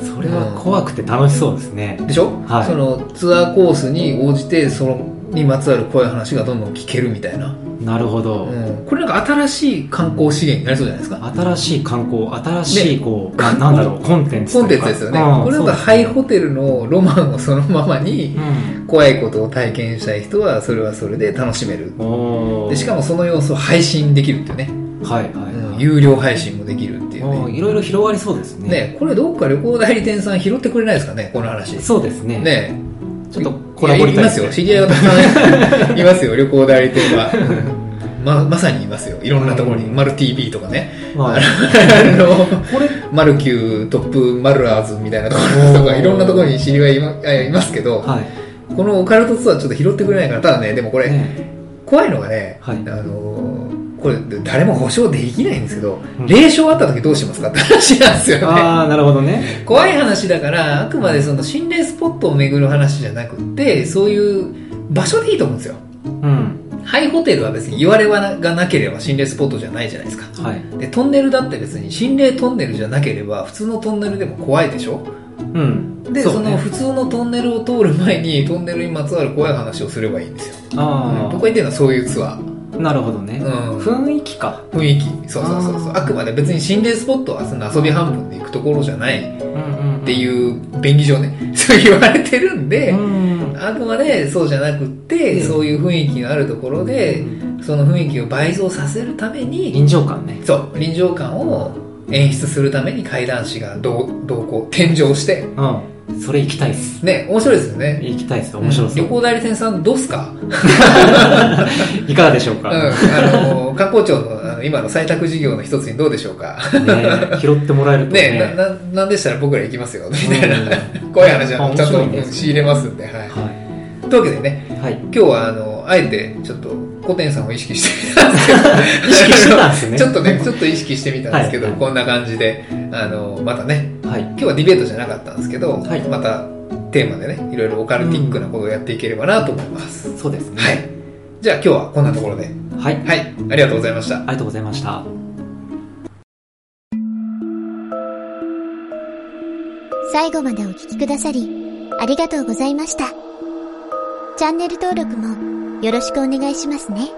Speaker 3: それは怖くて楽しそうですね、
Speaker 2: でしょ、
Speaker 3: はい
Speaker 2: そのツアーコースに応じて、その、にまつわる怖い話がどんどん聞けるみたいな。
Speaker 3: なるほど、
Speaker 2: うん。これなんか新しい観光資源になりそうじゃないですか。
Speaker 3: 新しい観光新しいこう、
Speaker 2: ね
Speaker 3: ななんだろうコンテンツ
Speaker 2: コン
Speaker 3: と
Speaker 2: テ
Speaker 3: いう
Speaker 2: ン
Speaker 3: か
Speaker 2: ツですよね。
Speaker 3: うん
Speaker 2: これなんか
Speaker 3: そう
Speaker 2: ハ
Speaker 3: で
Speaker 2: イ
Speaker 3: すね
Speaker 2: ホテルのロマンをそのままに、怖いことを体験したい人は、それはそれで楽しめる
Speaker 3: うん、。おー
Speaker 2: でしかもその様子を配信できるっていうね。
Speaker 3: はいはいはい、
Speaker 2: うん有料配信もできるっていう
Speaker 3: もう
Speaker 2: ね
Speaker 3: いろいろ広がりそうですね
Speaker 2: ねこれどっか旅行代理店さん拾ってくれないですかねこの話
Speaker 3: そうですね
Speaker 2: ね
Speaker 3: ちょっとコラボ
Speaker 2: い
Speaker 3: り
Speaker 2: やいま
Speaker 3: たいですす
Speaker 2: よ
Speaker 3: ね
Speaker 2: 知り合いがたくさんいますよ旅行代理店はままさにいますよいろんなところに、
Speaker 3: うん
Speaker 2: マル TV とかね
Speaker 3: ま
Speaker 2: あ
Speaker 3: あ
Speaker 2: の
Speaker 3: これ
Speaker 2: マルキュートップマルアーズみたいなところと
Speaker 3: お
Speaker 2: か
Speaker 3: ー
Speaker 2: いろんなところに知り合いいまあいますけど、
Speaker 3: はい
Speaker 2: このオカルトツアーちょっと拾ってくれないからただねでもこれ、
Speaker 3: ね
Speaker 2: 怖いのがね、
Speaker 3: はい
Speaker 2: あのーこれ誰も保証できないんですけど、
Speaker 3: うん
Speaker 2: 霊障あった時どうしますかって話なんですよね。
Speaker 3: ああなるほどね
Speaker 2: 怖い話だから、あくまでその心霊スポットを巡る話じゃなくって、そういう場所でいいと思うんですよ。
Speaker 3: うん
Speaker 2: ハイホテルは別に言われはがなければ心霊スポットじゃないじゃないですか。
Speaker 3: はい
Speaker 2: で、トンネルだって別に心霊トンネルじゃなければ普通のトンネルでも怖いでしょ
Speaker 3: うん
Speaker 2: で、
Speaker 3: う
Speaker 2: その普通のトンネルを通る前にトンネルにまつわる怖い話をすればいいんですよ。
Speaker 3: あ
Speaker 2: 僕が言ってるのはそういうツアー。
Speaker 3: あなるほどね、
Speaker 2: うん
Speaker 3: 雰囲気か、
Speaker 2: 雰囲気そうそうそうそう
Speaker 3: あー
Speaker 2: あくまで別に心霊スポットはその遊び半分で行くところじゃないっ
Speaker 3: うんうん、
Speaker 2: ていうう便宜上ね <laughs> そう言われてるんで、
Speaker 3: ん
Speaker 2: あくまでそうじゃなくって、
Speaker 3: うん
Speaker 2: そういう雰囲気のあるところでその雰囲気を倍増させるために
Speaker 3: 臨場感ね
Speaker 2: そう臨場感を演出するために怪談師が同同行天井して
Speaker 3: うんそれ行きたいっす
Speaker 2: ね面白いですよね
Speaker 3: 行きたいっす面白そ
Speaker 2: 旅
Speaker 3: う、
Speaker 2: 行代理店さんどうすか、うん、
Speaker 3: いかがでしょう
Speaker 2: あ
Speaker 3: か、 <laughs>
Speaker 2: の観光庁のあの今の採択事業の一つにどうでしょうか
Speaker 3: ね拾ってもらえるとね
Speaker 2: ねな、な、なんでしたら僕ら行きますよ、みたい
Speaker 3: う
Speaker 2: <laughs>
Speaker 3: ん
Speaker 2: な。怖い話はちゃん
Speaker 3: あ面白いね
Speaker 2: と仕入れますんで、はい。
Speaker 3: は
Speaker 2: というわけでね、
Speaker 3: い、はい
Speaker 2: 今日はあの、あえてちょっと、古典さんを意識してみたんですけど、
Speaker 3: 意識してたんですね
Speaker 2: ちょっとね、ちょっと意識してみたんですけど、
Speaker 3: はい
Speaker 2: こんな感じで、あの、またね、
Speaker 3: はい
Speaker 2: 今日はディベートじゃなかったんですけど、
Speaker 3: はい
Speaker 2: またテーマでね、いろいろオカルティックなことをやっていければなと思います。
Speaker 3: そうですね
Speaker 2: はい。じゃあ今日はこんなところで、
Speaker 3: はい、あ
Speaker 2: はい、ありがとうございました
Speaker 3: り。がとうございました
Speaker 1: 最後までお聞きくださり、ありがとうございました。チャンネル登録もよろしくお願いしますね。